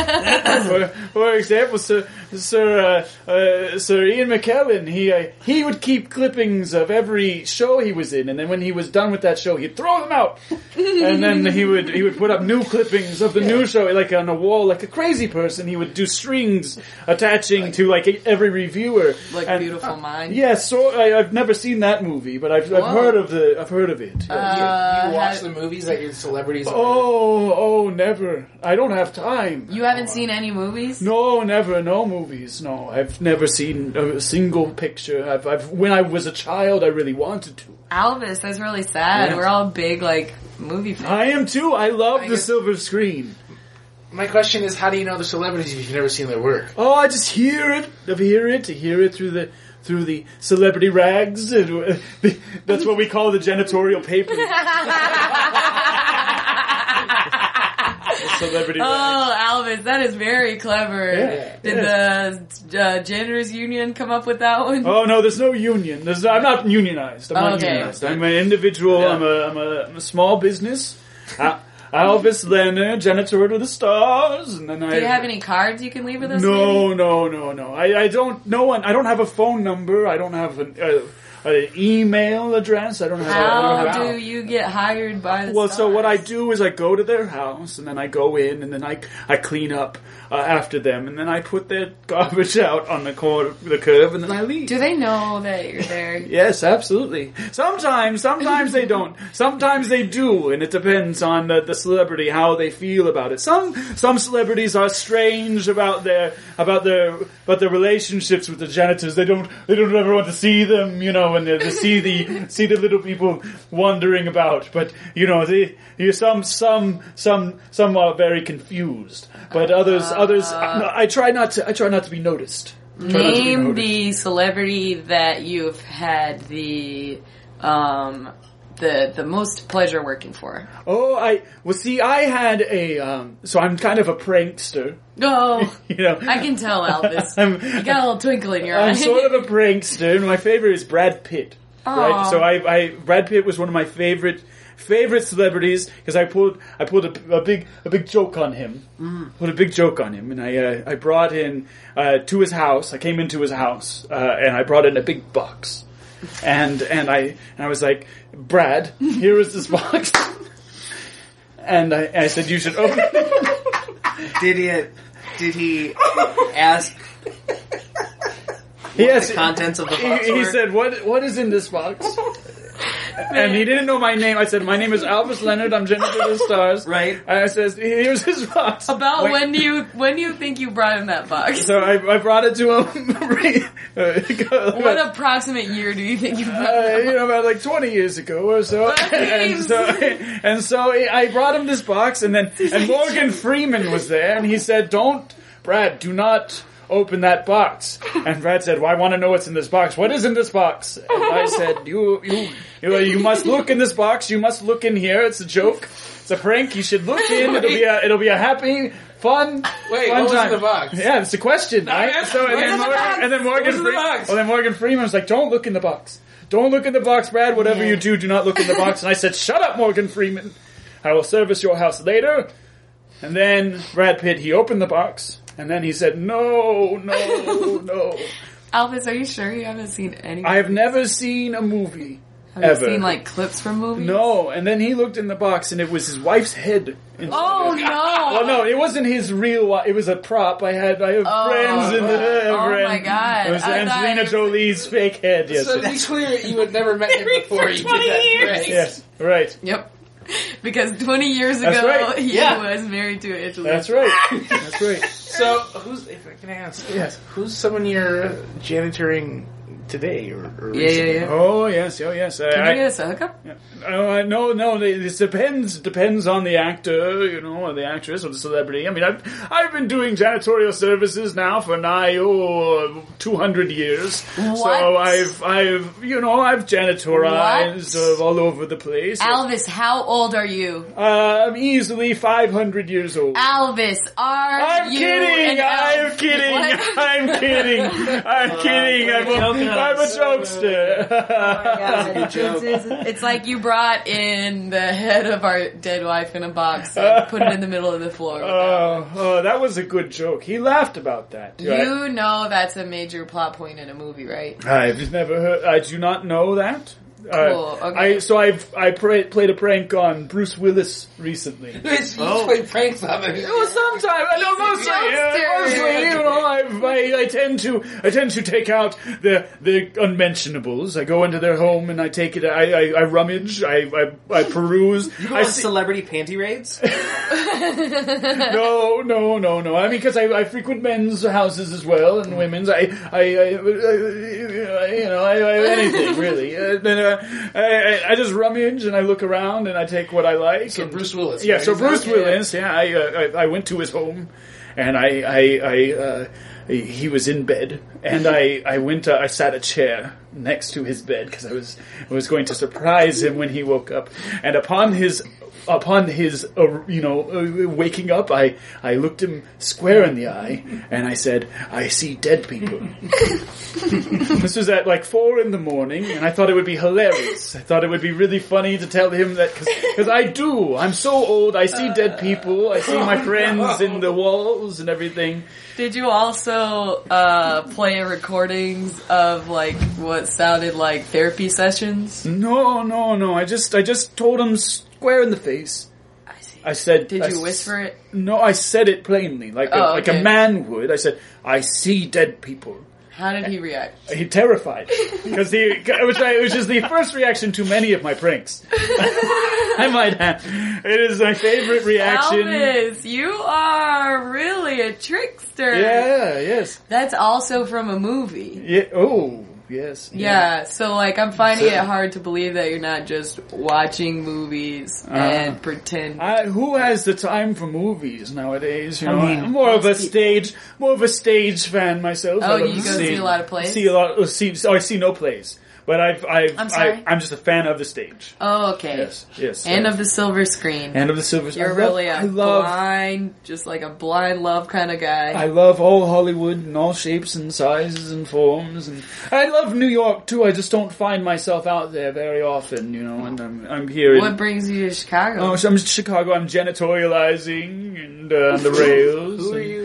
for, for example, Sir Sir uh, uh, Sir Ian McKellen, he uh, he would keep clippings of every show he was in, and then when he was done with that show, he'd throw them out, and then he would he would put up new clippings of the new show, like on a wall, like a crazy person. He would do strings attaching to like e, every reviewer, like and- uh, Beautiful Mind. Yeah, so I, I've never seen that movie, but I've, I've Whoa. heard of the I've heard of it. Uh, you, you watch have- the movies that your celebrities. are in. oh, oh, never! I don't have time. You haven't seen any movies? No, never. No movies. No, I've never seen a single picture. I've, I've when I was a child, I really wanted to. Alvis, that's really sad. Yeah. We're all big, like, movie fans. I am too. I love I the guess- silver screen. My question is, how do you know the celebrities if you've never seen their work? Oh, I just hear it. I hear it. I hear it through the through the celebrity rags. and- That's what we call the janitorial paper. celebrity rags. Oh, Alvis, that is very clever. Yeah, Did the uh, janitors union come up with that one? Oh no, there's no union. There's I'm not unionized. I'm not Oh, Okay. unionized. I'm an individual. I'm, a, I'm a I'm a small business. Al- Alvis Lerner, janitor to the stars, and then I. Do you have any cards you can leave with us? maybe? No, no, no, no. I, I don't. No one. I don't have a phone number. I don't have an, uh, an email address. I don't have. I don't How have- Wow. do you get hired by the well, so what I stars? do is I go to their house and then I go in and then I, I clean up uh, after them and then I put their garbage out on the cor- the curb and then I leave. Do they know that you're there? Yes, absolutely. Sometimes, sometimes they don't. Sometimes they do, and it depends on the, the celebrity how they feel about it. Some some celebrities are strange about their about their about their relationships with the janitors. They don't they don't ever want to see them, you know, and they, they see the see the little people wandering about. But you know, they, you some some some some are very confused, but others others. I, I try not to I try not to be noticed. I try not to be Name noticed. the celebrity that you've had the um the the most pleasure working for. Oh, I well see. I had a um, so I'm kind of a prankster, No, you know. I can tell, Alvis. I'm- you got a little twinkle in your eye. I'm sort of a prankster. and My favorite is Brad Pitt. Right. Aw. So I, I Brad Pitt was one of my favorite favorite celebrities because I pulled I pulled a, a big a big joke on him. Pulled a big joke on him, and I uh, I brought in uh, to his house. I came into his house uh, and I brought in a big box, and and I and I was like, Brad, here is this box. And I, I said, you should open it. Did it? Did he ask Yes, the contents of the he, box? he were? said, "What what is in this box?" and he didn't know my name. I said, "My name is Alvis Leonard. I'm Jennifer of the Stars." Right. And I says, "Here's his box." About Wait. when do you when do you think you brought in that box? So I, I brought it to him. uh, What approximate year do you think you brought uh, in you that know, about like 20 years ago or so. and Thanks. so, and so I brought him this box and then, and Morgan Freeman was there and he said, don't, Brad, do not open that box. And Brad said, well, I want to know what's in this box. What is in this box? And I said, you, you, you, you must look in this box. You must look in here. It's a joke. It's a prank. You should look in. It'll be a, it'll be a happy, fun, fun Wait, what was in time. the box? Yeah, it's a question. right? that's- So, and what's then, in Morgan, and the box? then Morgan What's in the Freeman- box? well, then Morgan Freeman was like, "Don't look in the box. Don't look in the box, Brad. Whatever you do, do not look in the box." And I said, "Shut up, Morgan Freeman. I will service your house later." And then Brad Pitt he opened the box, and then he said, "No, no, no. Alvis, are you sure you haven't seen any? I have never seen a movie have ever. you seen like clips from movies? no." And then he looked in the box, and it was his wife's head. Oh Well, no! no, it wasn't his real. wi- It was a prop. I had. I have friends in the. I have oh my friends. God. It was I thought Angelina it was- Jolie's fake head. Yes. So it- to be clear, you had never met him before you did 20 that. years. prank. Yes. Right. Yep. Because 20 years That's ago, right. he Yeah. was married to Angela. That's right. That's right. So who's if I can ask? Yes. Who's someone you're janitoring today or, or Yeah, yeah, recently? yeah. Oh yes. Oh yes. I, Can you get I, us a hookup? oh, I- no, no. they- This depends depends on the actor, you know, or the actress, or the celebrity. I mean, I've I've been doing janitorial services now for nigh oh, two hundred years. So What? I've I've you know I've janitorized What? uh, all over the place. Alvis, how old are you? uh, I'm easily five hundred years old. Alvis, are I'm you kidding! an I'm elf? kidding! What? I'm kidding! I'm kidding! I'm joking I'm a Oh, my jokester. God, it's, it's- it's- it's like you brought in the head of our dead wife in a box and put it in the middle of the floor. Oh, oh, that was a good joke. He laughed about that. You know that's a major plot point in a movie, right? I've never heard. I do not know that. Uh, Cool, okay. I so I've I pra- played a prank on Bruce Willis recently. It's Oh. played pranks on it. Well, sometimes I know mostly. Jokester. Uh, mostly, you know, I, I, I tend to I tend to take out the the unmentionables. I go into their home and I take it. I I, I rummage. I I, I peruse. I I see, celebrity panty raids. no, no, no, no. I mean, because I, I frequent men's houses as well and women's. I, I, I, I you know, I, I, anything really. Uh, then uh, I, I- I just rummage and I look around and I take what I like. So and- Bruce Willis. yeah, right? so Is that- Bruce Willis. Yeah, I, uh, I I went to his home, and I I, I uh, he was in bed, and I I went uh, I sat a chair next to his bed because I was I was going to surprise him when he woke up, and upon his upon his uh, you know uh, waking up, I I looked him square in the eye, and I said, I see dead people. This was at like four in the morning, and I thought it would be hilarious. I thought it would be really funny to tell him that because I do. I'm so old. I see dead people. I see my friends in the walls and everything. Did you also uh, play recordings of like what sounded like therapy sessions? No, no, no. I just, I just told him square in the face. I see. I said. Did I you s- whisper it? No, I said it plainly, like a, Oh, like a okay. man would. I said, "I see dead people." How did he react? He terrified because he, which I, which is the first reaction to many of my pranks. I might have. It is my favorite reaction. Elvis, you are really a trickster. Yeah, yes. That's also from a movie. Yeah. Oh, yes. Yeah. so like I'm finding it hard to believe that you're not just watching movies and pretend. Uh-huh. I, who has the time for movies nowadays? You know, mean, I'm more of a stage, more of a stage fan myself. Oh, I love to you go see a lot of plays? See a lot. oh, see, oh, I see no plays, but I've, I've, I'm sorry? I, am just a fan of the stage. oh, okay. Yes, yes. And uh, of the silver screen. and of the silver. You're I love- really a I love. blind, just like a blind love kind of guy. I love all Hollywood and all shapes and sizes and forms, and I love New York too. I just don't find myself out there very often, you know. And I'm, I'm here. in- what brings you to Chicago? Oh, so I'm in Chicago. I'm janitorializing and uh, on the rails. Who are and- you?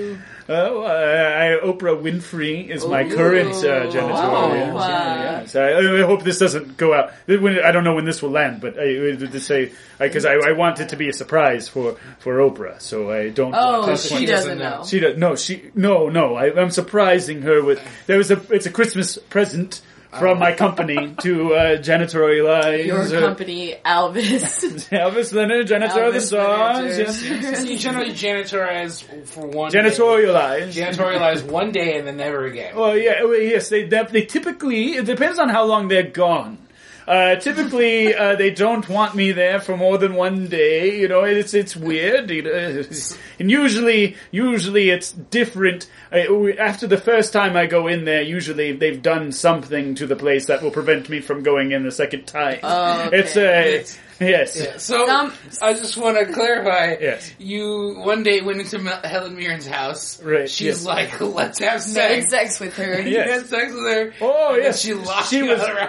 Oh, I, I, Oprah Winfrey is my current uh, janitorial. Wow. Oh. Wow. So I, I hope this doesn't go out. When- I don't know when this will land, but I, I did say because I, I want it to be a surprise for, for Oprah, so I don't. Oh, want this she one- doesn't know. She does no. She no no. I, I'm surprising her with there was a. It's a Christmas present from my company to uh, janitorialize Oh. Your her- company, Elvis. Elvis Leonard, janitor of the Elvis stars. Leonard. yes. You generally janitorize for one. Day. Janitorialize. Janitorialize one day and then never again. Well, Oh, yeah, well, yes, they, they they typically it depends on how long they're gone. Uh, typically, uh, they don't want me there for more than one day. You know, it's it's weird. You know, and usually, usually it's different. Uh, after the first time I go in there, usually they've done something to the place that will prevent me from going in the second time. Oh, okay. It's uh, yes. Yeah, So Some- I just want to clarify. Yes. You one day went into Mel- Helen Mirren's house. Right, She's yes. like, let's have Having sex. sex with her. Yeah. You had sex with her. Oh, and then yes. She locked She you was- out of her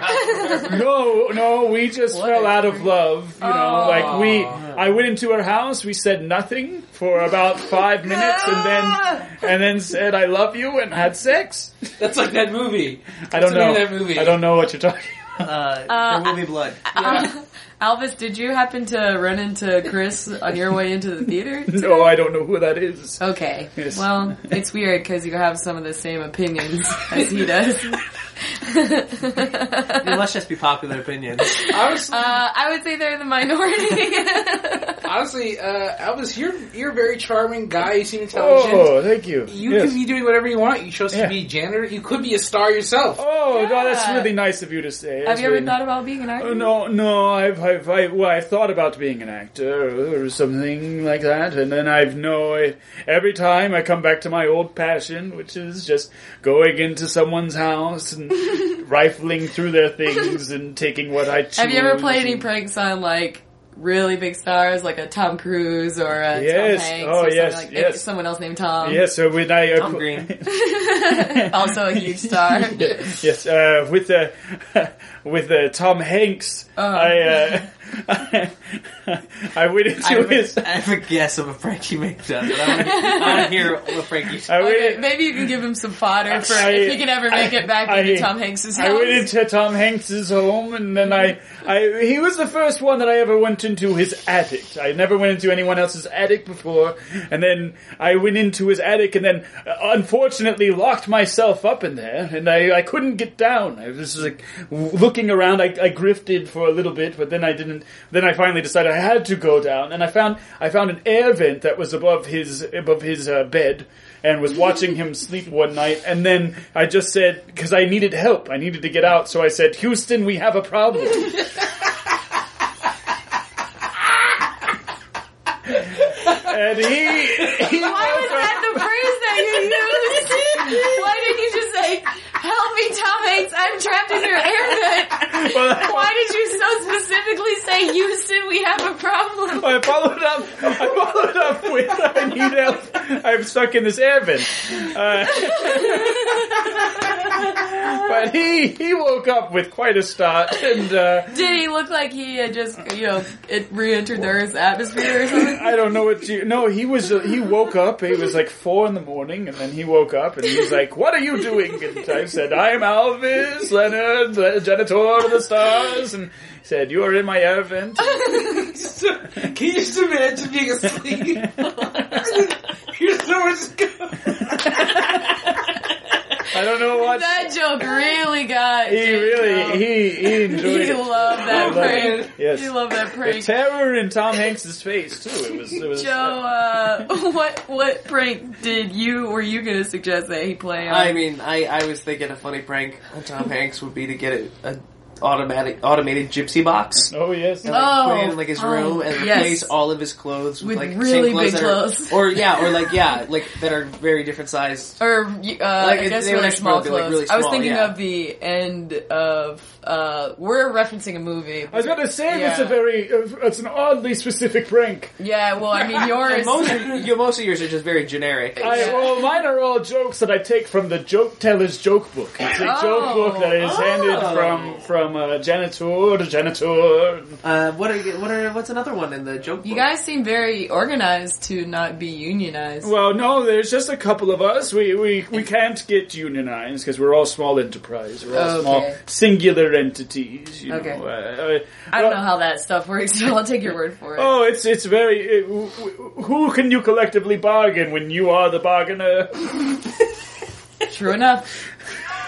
house. No, no, we just What fell a out of love. You know, Oh. like we, I went into her house. We said nothing for about five minutes, and then and then said I love you and had sex. That's like that movie. I don't the name know of that movie? I don't know what you're talking. Uh, Uh, there will be blood. Yeah. Elvis, did you happen to run into Chris on your way into the theater? No, I don't know who that is. Okay. Yes. Well, it's weird because you have some of the same opinions as he does. It must just be popular opinion. Honestly, Uh, I would say they're the minority. honestly, uh, Elvis, you're you're a very charming guy. You seem intelligent. Oh, thank you. You Yes. can be doing whatever you want. You chose Yeah. to be a janitor. You could be a star yourself. Oh, no, that's Yeah. really nice of you to say. have That's you ever really- thought about being an Oh, artist? No, no, I've, I've, I, well, I've thought about being an actor or something like that, and then I've no. I, every time I come back to my old passion, which is just going into someone's house and rifling through their things and taking what I choose. Have you ever played any and- pranks on like really big stars, like a Tom Cruise or a Yes. Tom Hanks Oh, or someone yes, like yes. someone else named Tom. Yeah, so when I uh, Tom Green. also a huge star. yes, uh, with uh, with uh, Tom Hanks, Oh. I, uh, I went I into have, his. a, I have a guess of a Frankie McDuff, but I want to I wanna hear a Frankie. I went, Okay, maybe you can give him some fodder for I- if he can ever make it back into I- Tom Hanks's house. I went into Tom Hanks's home, and then I, I, he was the first one that I ever went into his attic. I never went into anyone else's attic before, and then I went into his attic, and then uh, unfortunately locked myself up in there, and I, I couldn't get down. I was like w- looking around. I, I grifted for a little bit, but then I didn't. Then I finally decided I had to go down, and I found, I found an air vent that was above his, above his uh, bed and was watching him sleep one night. And then I just said, because I needed help, I needed to get out. So I said, Houston, we have a problem. and he, he Why was that the phrase that you used? Why didn't you just say, "Help me, Tom Hanks! I'm trapped in your air vent"? Why did you so specifically say, "Houston, we have a problem"? I followed up. I followed up with I need help. I'm stuck in this air vent. Uh, but he he woke up with quite a start, and uh, Did he look like he had just, you know, it re-entered the Earth's atmosphere or something? I don't know what you. No, he was. uh, He woke up. It was like four in the morning, and then he woke up and he was like, "What are you doing?" And I said, "I'm Alvis Leonard, the janitor of the stars," and he said, "You are in my event." Can you just imagine being asleep? Here's so much I don't know what That joke really got. he Jake, really though. he he enjoyed. He it. loved I that love it. prank. Yes. He loved that The prank. terror in Tom Hanks's face too. It was. It was Joe, uh, what what prank did you were you gonna suggest that he play on? I mean, I, I was thinking a funny prank on Tom Hanks would be to get a, a automatic automated gypsy box. oh yes. And, like, put it Oh, in like his oh, room and yes. replace all of his clothes with, With like really same big clothes that clothes. Are, or yeah, or like yeah, like that are very different sized. or uh, I it- guess they were really like small broken, clothes. like, really I was small, thinking yeah. of the end of uh, we're referencing a movie. I was about to say Yeah. it's a very, uh, it's an oddly specific prank. yeah, well, I mean And yours. most of, you, most of yours are just very generic. I, well, mine are all jokes that I take from the joke teller's joke book. It's a Oh. joke book that is handed Oh. from from uh, janitor to janitor. Uh, what are what are what's another one in the joke? you book? guys seem very organized to not be unionized. Well, no, there's just a couple of us. We we, we can't get unionized because we're all small enterprise. We're all Okay. small singular entities. You Okay. know. Uh, uh, I don't uh, know how that stuff works, so I'll take your word for it. Oh, it's it's very. It, wh- wh- who can you collectively bargain when you are the bargainer? True enough.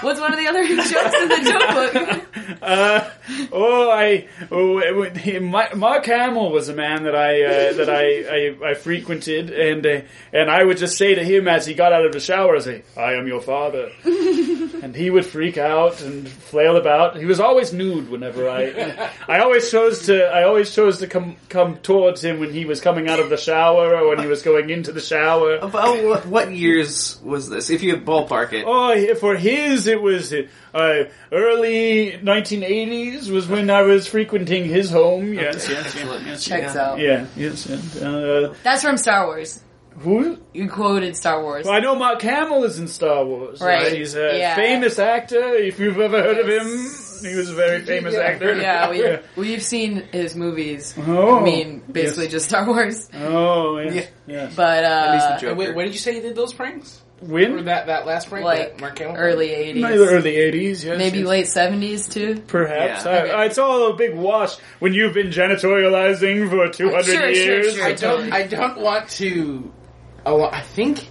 What's one of the other jokes in the joke book? Uh, oh, I oh, it would- he- my, Mark Hamill was a man that I uh, that I, I, I frequented, and uh, and I would just say to him as he got out of the shower, I say, "I am your father," and he would freak out and flail about. He was always nude whenever I I always chose to I always chose to come come towards him when he was coming out of the shower or when he was going into the shower. About what, what years was this? If you ballpark it, Oh, for his, it was uh, early 1980s was when I was frequenting his home. Yes, yes, yes, yes. Checks Yeah. out. Yeah, yes, and, uh, That's from Star Wars. who? You quoted Star Wars. Well, I know Mark Hamill is in Star Wars. Right. He's a Yeah. famous actor. If you've ever heard of Yes. him, he was a very famous actor. Yeah, we, we've seen his movies. Oh. I mean, basically just Star Wars. Oh, yes, yes. But, uh, least the joke. Uh, wait, what did you say you did those pranks? Or When? that that last prank? like, that Mark Hamill? early 80s. Maybe early 80s, yes. Maybe yes. late 70s, too. Perhaps. Yeah. I, I, it's all a big wash when you've been janitorializing for 200 Sure, sure, years. sure. I don't. I don't want to. I wa- I think.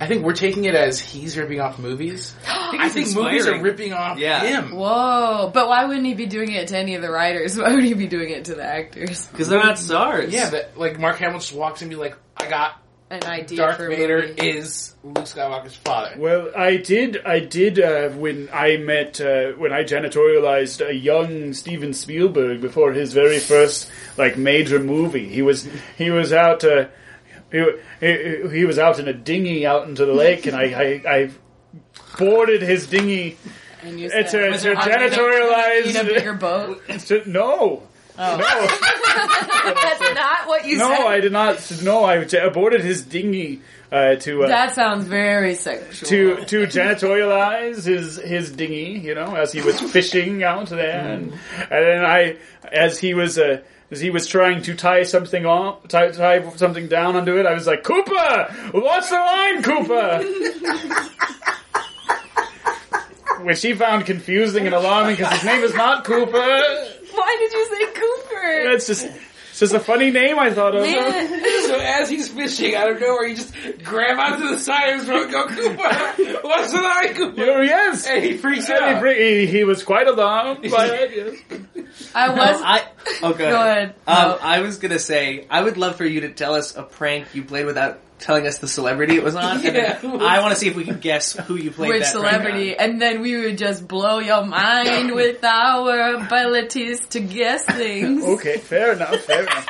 I think we're taking it as he's ripping off movies. I think movies are inspiring. ripping off Yeah. him. Whoa. But why wouldn't he be doing it to any of the writers? Why would he be doing it to the actors? because they're not stars. Yeah, that like Mark Hamill just walks in and be like, "I got An idea Darth for a Vader movie. is Luke Skywalker's father." Well, I did. I did uh, when I met uh, when I janitorialized a young Steven Spielberg before his very first like major movie. He was he was out. Uh, he, wa- he, he was out in a dinghy out into the lake, and I, I, I boarded his dinghy And you It's said, a- it's a "I'm gonna- I'm gonna janitorialized- need a bigger boat. to no. No, That's not what you said. no, I did not. No, I aborted his dinghy uh, to uh, that sounds very sexual. to to janitorialize his his dinghy, you know, as he was fishing out there, Mm. and, and then I, as he was uh, as he was trying to tie something off, tie, tie something down onto it, I was like, Cooper, what's the line, Cooper? Which he found confusing and alarming because his name is not Cooper. Why did you say Cooper? It's just. It's just a funny name I thought of. Man. So as he's fishing out of nowhere, you just grab onto the side of his throat and go, Koopa! What's the line, You Koopa? know, Oh, yes. And he freaks And he, out. br- he, he was quite alarmed by it. yes. I was. I, oh, go Go ahead. ahead. Um, No. I was gonna say, I would love for you to tell us a prank you played without telling us the celebrity it was on. and then Yeah. I want to see if we can guess who you played. Which that prank celebrity? And then we would just blow your mind with our abilities to guess things. Okay, fair enough. Fair enough.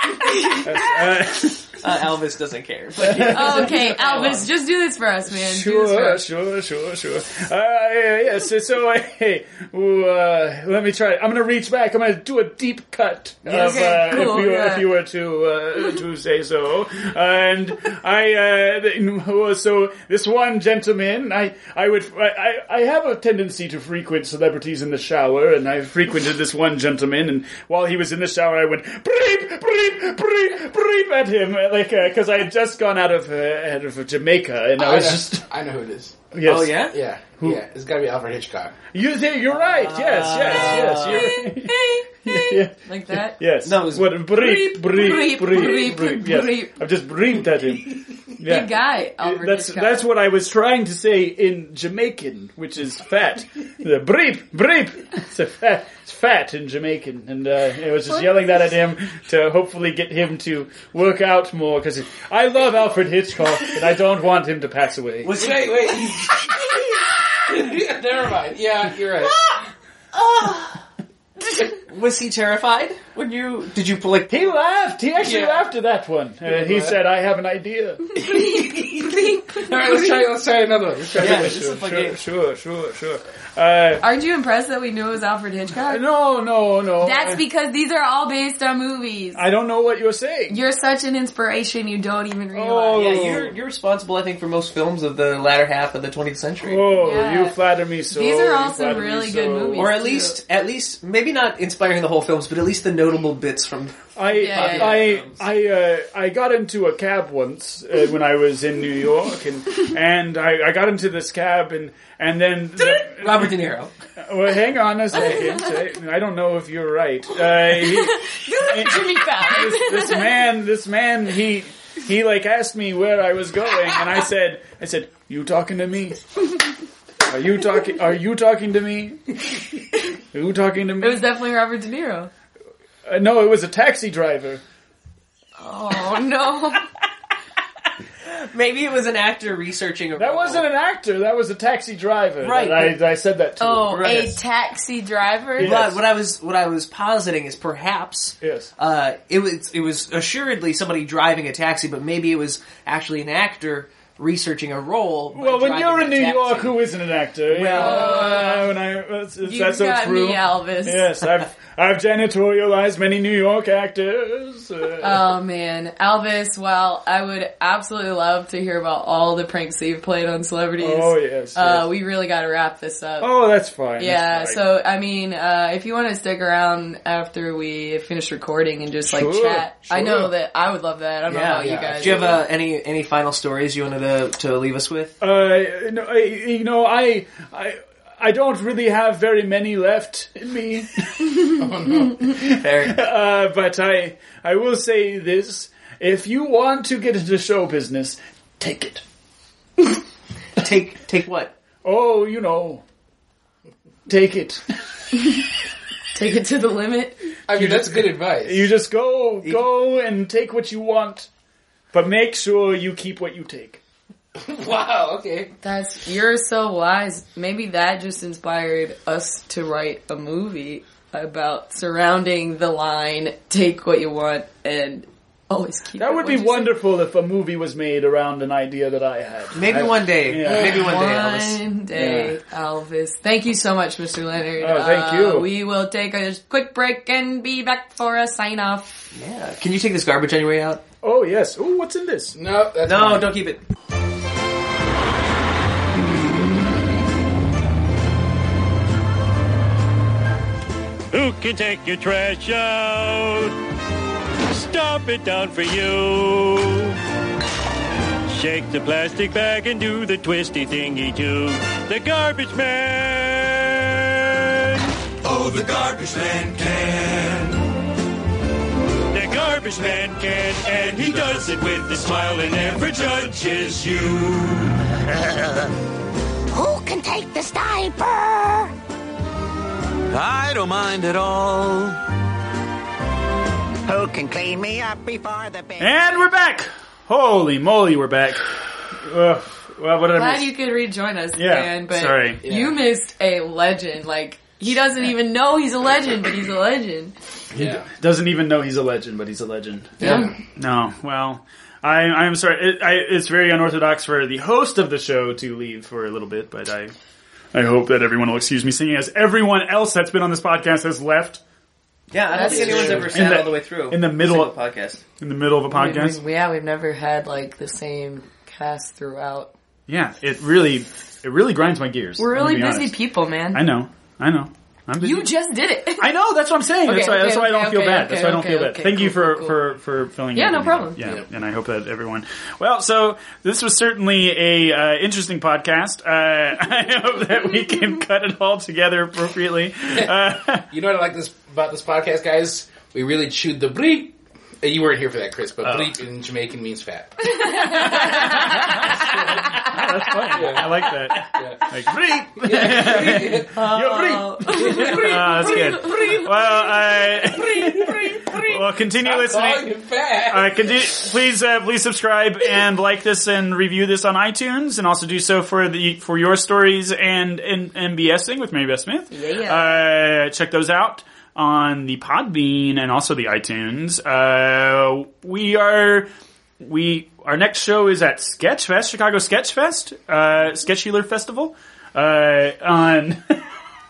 That's, uh, on. Uh, Elvis doesn't care. But Oh, Okay, Elvis, just do this for us, man. Do this for sure, us. sure, sure, sure. Uh, yeah, yeah, so, so uh, hey, ooh, uh, let me try. it. I'm gonna reach back. I'm gonna do a deep cut of Okay, uh, cool, if you yeah. if you were to uh, to say so. And I uh, th- so this one gentleman, I I would I, I I have a tendency to frequent celebrities in the shower, and I frequented this one gentleman, and while he was in the shower, I went breep breep breep breep at him, like because I had just gone out of uh, out of Jamaica, and Oh, I was know, just. I know who it is. Yes. oh yeah. Yeah, yeah. It's gotta be Alfred Hitchcock. You think you're right. Yes, yes, yes. You're yeah. Like that? Yes. Ah. No, it was- what breep, breep, breep, breep, breep, breep, Yes. breep. I've just breathed at him. Yeah. Good guy, Albert That's Hitchcock. that's what I was trying to say in Jamaican, which is fat. the breep, breep. It's a fat. It's fat in Jamaican, and uh, I was just yelling that at him to hopefully get him to work out more because I love Alfred Hitchcock, and I don't want him to pass away. Was he, Wait, wait. Never mind. Yeah, you're right. was he terrified when you did you like? He laughed. He actually Yeah. laughed at that one. Uh, he laugh. said, "I have an idea." All right, let's try. Let's try another one. Let's try Yeah, another this is sure, like sure, sure, a- sure, sure. Uh, Aren't you impressed that we knew it was Alfred Hitchcock? no, no, no. That's I- because these are all based on movies. I don't know what you're saying. You're such an inspiration you don't even realize. Oh. Yeah, you're you're responsible, I think, for most films of the latter half of the 20th century. oh, Yeah. you flatter me so. These are you all some flatter me really so. good movies. or at too. least, at least, maybe not inspiring the whole films, but at least the notable bits from. I Yeah, yeah, I I uh, I got into a cab once uh, when I was in New York, and and I, I got into this cab, and and then the- Robert De Niro. well, hang on a second. uh, I don't know if you're right. Uh, he- Jimmy Fallon. this man, this man, he he like asked me where I was going, and I said, I said, you talking to me? Are you talking? Are you talking to me? Are you talking to It was me? definitely Robert De Niro. Uh, no, it was a taxi driver. Oh no. Maybe it was an actor researching. A That wasn't an actor. That was a taxi driver. that Right. I, I said that to. Oh, him. a taxi driver. Yeah. But what I was what I was positing is perhaps Yes. uh, it was it was assuredly somebody driving a taxi, but maybe it was actually an actor researching a role. by Well, when driving you're a in New taxi. York, who isn't an actor? Well- uh, when I, that's, You that's so got true. me, Elvis. Yes, I've I've janitorialized many New York actors. Uh, Oh man, Elvis! Well, I would absolutely love to hear about all the pranks that you've played on celebrities. oh yes. Uh, yes. we really got to wrap this up. Oh, that's fine. that's yeah. fine. So I mean, uh, if you want to stick around after we finish recording and just like Sure, chat, I know sure. that I would love that. I don't know Yeah, about you yeah. guys. Do you have uh, any any final stories you wanted to to leave us with? Uh, no, I, you know, I, I, I don't really have very many left in me. Oh, Fair. Uh, but I, I will say this: if you want to get into show business, take it. take take what? Oh, you know, take it. Take it to the limit. I mean, that's good advice. You just go, go and take what you want, but make sure you keep what you take. wow. Okay. That's you're so wise. Maybe that just inspired us to write a movie about surrounding the line, take what you want, and always keep. That it, would be you say? wonderful if a movie was made around an idea that I had. Maybe I- one day. Yeah. Maybe one day, Elvis. One day, Elvis. Thank you so much, Mr. Leonard. Oh, thank Uh, you. we will take a quick break and be back for a sign off. Yeah. Can you take this garbage anyway out? Oh yes. Ooh, what's in this? No, that's No, fine. don't keep it. Who can take your trash out? Stomp it down for you. Shake the plastic bag and do the twisty thingy too. The garbage man. Oh, the garbage man can. The garbage man can, and he does it with a smile and never judges you. Who can take this diaper? I don't mind at all. Who can clean me up before the bed? And we're back. Holy moly, we're back. Ugh. well, what did I Glad miss? you could rejoin us, Yeah, Dan. But sorry. you missed a legend. Like he doesn't even know he's a legend, but he's a legend. Yeah. Doesn't even know he's a legend, but he's a legend. Yeah. No, well, I, I'm sorry. It, I, it's very unorthodox for the host of the show to leave for a little bit, but I, I hope that everyone will excuse me, seeing as everyone else that's been on this podcast has left Yeah, I don't That's think anyone's true. ever sat the- all the way through in the middle- Single podcast. in the middle of a podcast. We- we- yeah, we've never had like the same cast throughout. Yeah, it really, it really grinds my gears. We're I'm gonna really be busy honest. people, man. I know, I know. I'm busy. you just did it. I know. That's what I'm saying. that's Okay, why. that's okay, why I don't okay, feel okay, bad. that's why I don't okay, feel bad. okay, Thank you cool, for cool, for cool. for filling. Yeah, in no for me. problem. Yeah, Yeah. and I hope that everyone. Well, so this was certainly a uh, interesting podcast. Uh, I hope that we can cut it all together appropriately. Uh, You know what I like this about this podcast, guys? We really chewed the bleep. Uh, You weren't here for that, Chris, but bleep in Jamaican means fat. that's funny. I like that. Like, bleep. Yo, bleep. Ah, that's good. Well, I well continue Calling listening. you fat. Uh, could you, please, uh, please subscribe and like this and review this on iTunes, and also do so for the for your stories and and MBSing with Mary Beth Smith. Yeah, Uh, check those out on the Podbean and also the iTunes. Uh, we are we our next show is at Sketchfest, Chicago Sketchfest, uh, Sketch Healer Festival uh, on.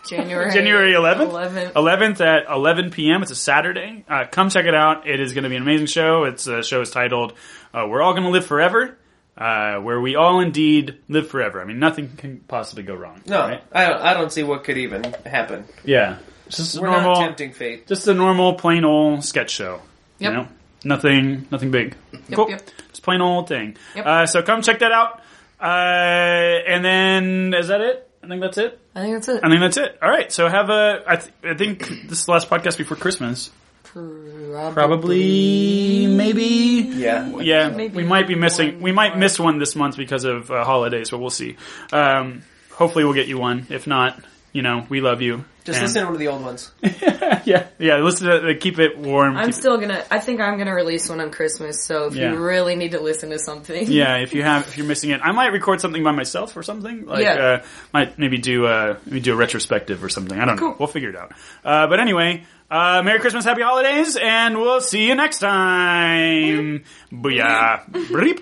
January January 11th? 11th. 11th at 11 p.m. It's a Saturday. Uh, come check it out. It is going to be an amazing show. It's uh, show is titled uh, "We're All Going to Live Forever," uh, where we all indeed live forever. I mean, nothing can possibly go wrong. No, right? I don't. I don't see what could even happen. yeah, It's just a We're normal, not tempting fate. just a normal plain old sketch show. Yep. You know, nothing, nothing big. cool. yep. Just plain old thing. Yep. Uh, so come check that out. Uh, and then is that it? I think that's it. I think that's it. I think that's it. All right. So have a. I, th- I think this is the last podcast before Christmas. Probably. Probably, maybe. Yeah. Yeah, Maybe we might be missing. one We might more. miss one this month because of uh, holidays, but we'll see. Um, hopefully, we'll get you one. If not, you know, we love you. Just And- listen to one of the old ones. Yeah, yeah. Listen to uh, keep it warm. I'm keep it- still gonna. I think I'm gonna release one on Christmas. So if Yeah. you really need to listen to something, yeah, if you have, if you're missing it, I might record something by myself or something. Like, Yeah. uh, might maybe do uh, maybe do a retrospective or something. I don't know. Cool. We'll figure it out. Uh, but anyway, uh, Merry Christmas, Happy Holidays, and we'll see you next time. Booyah! Bleep.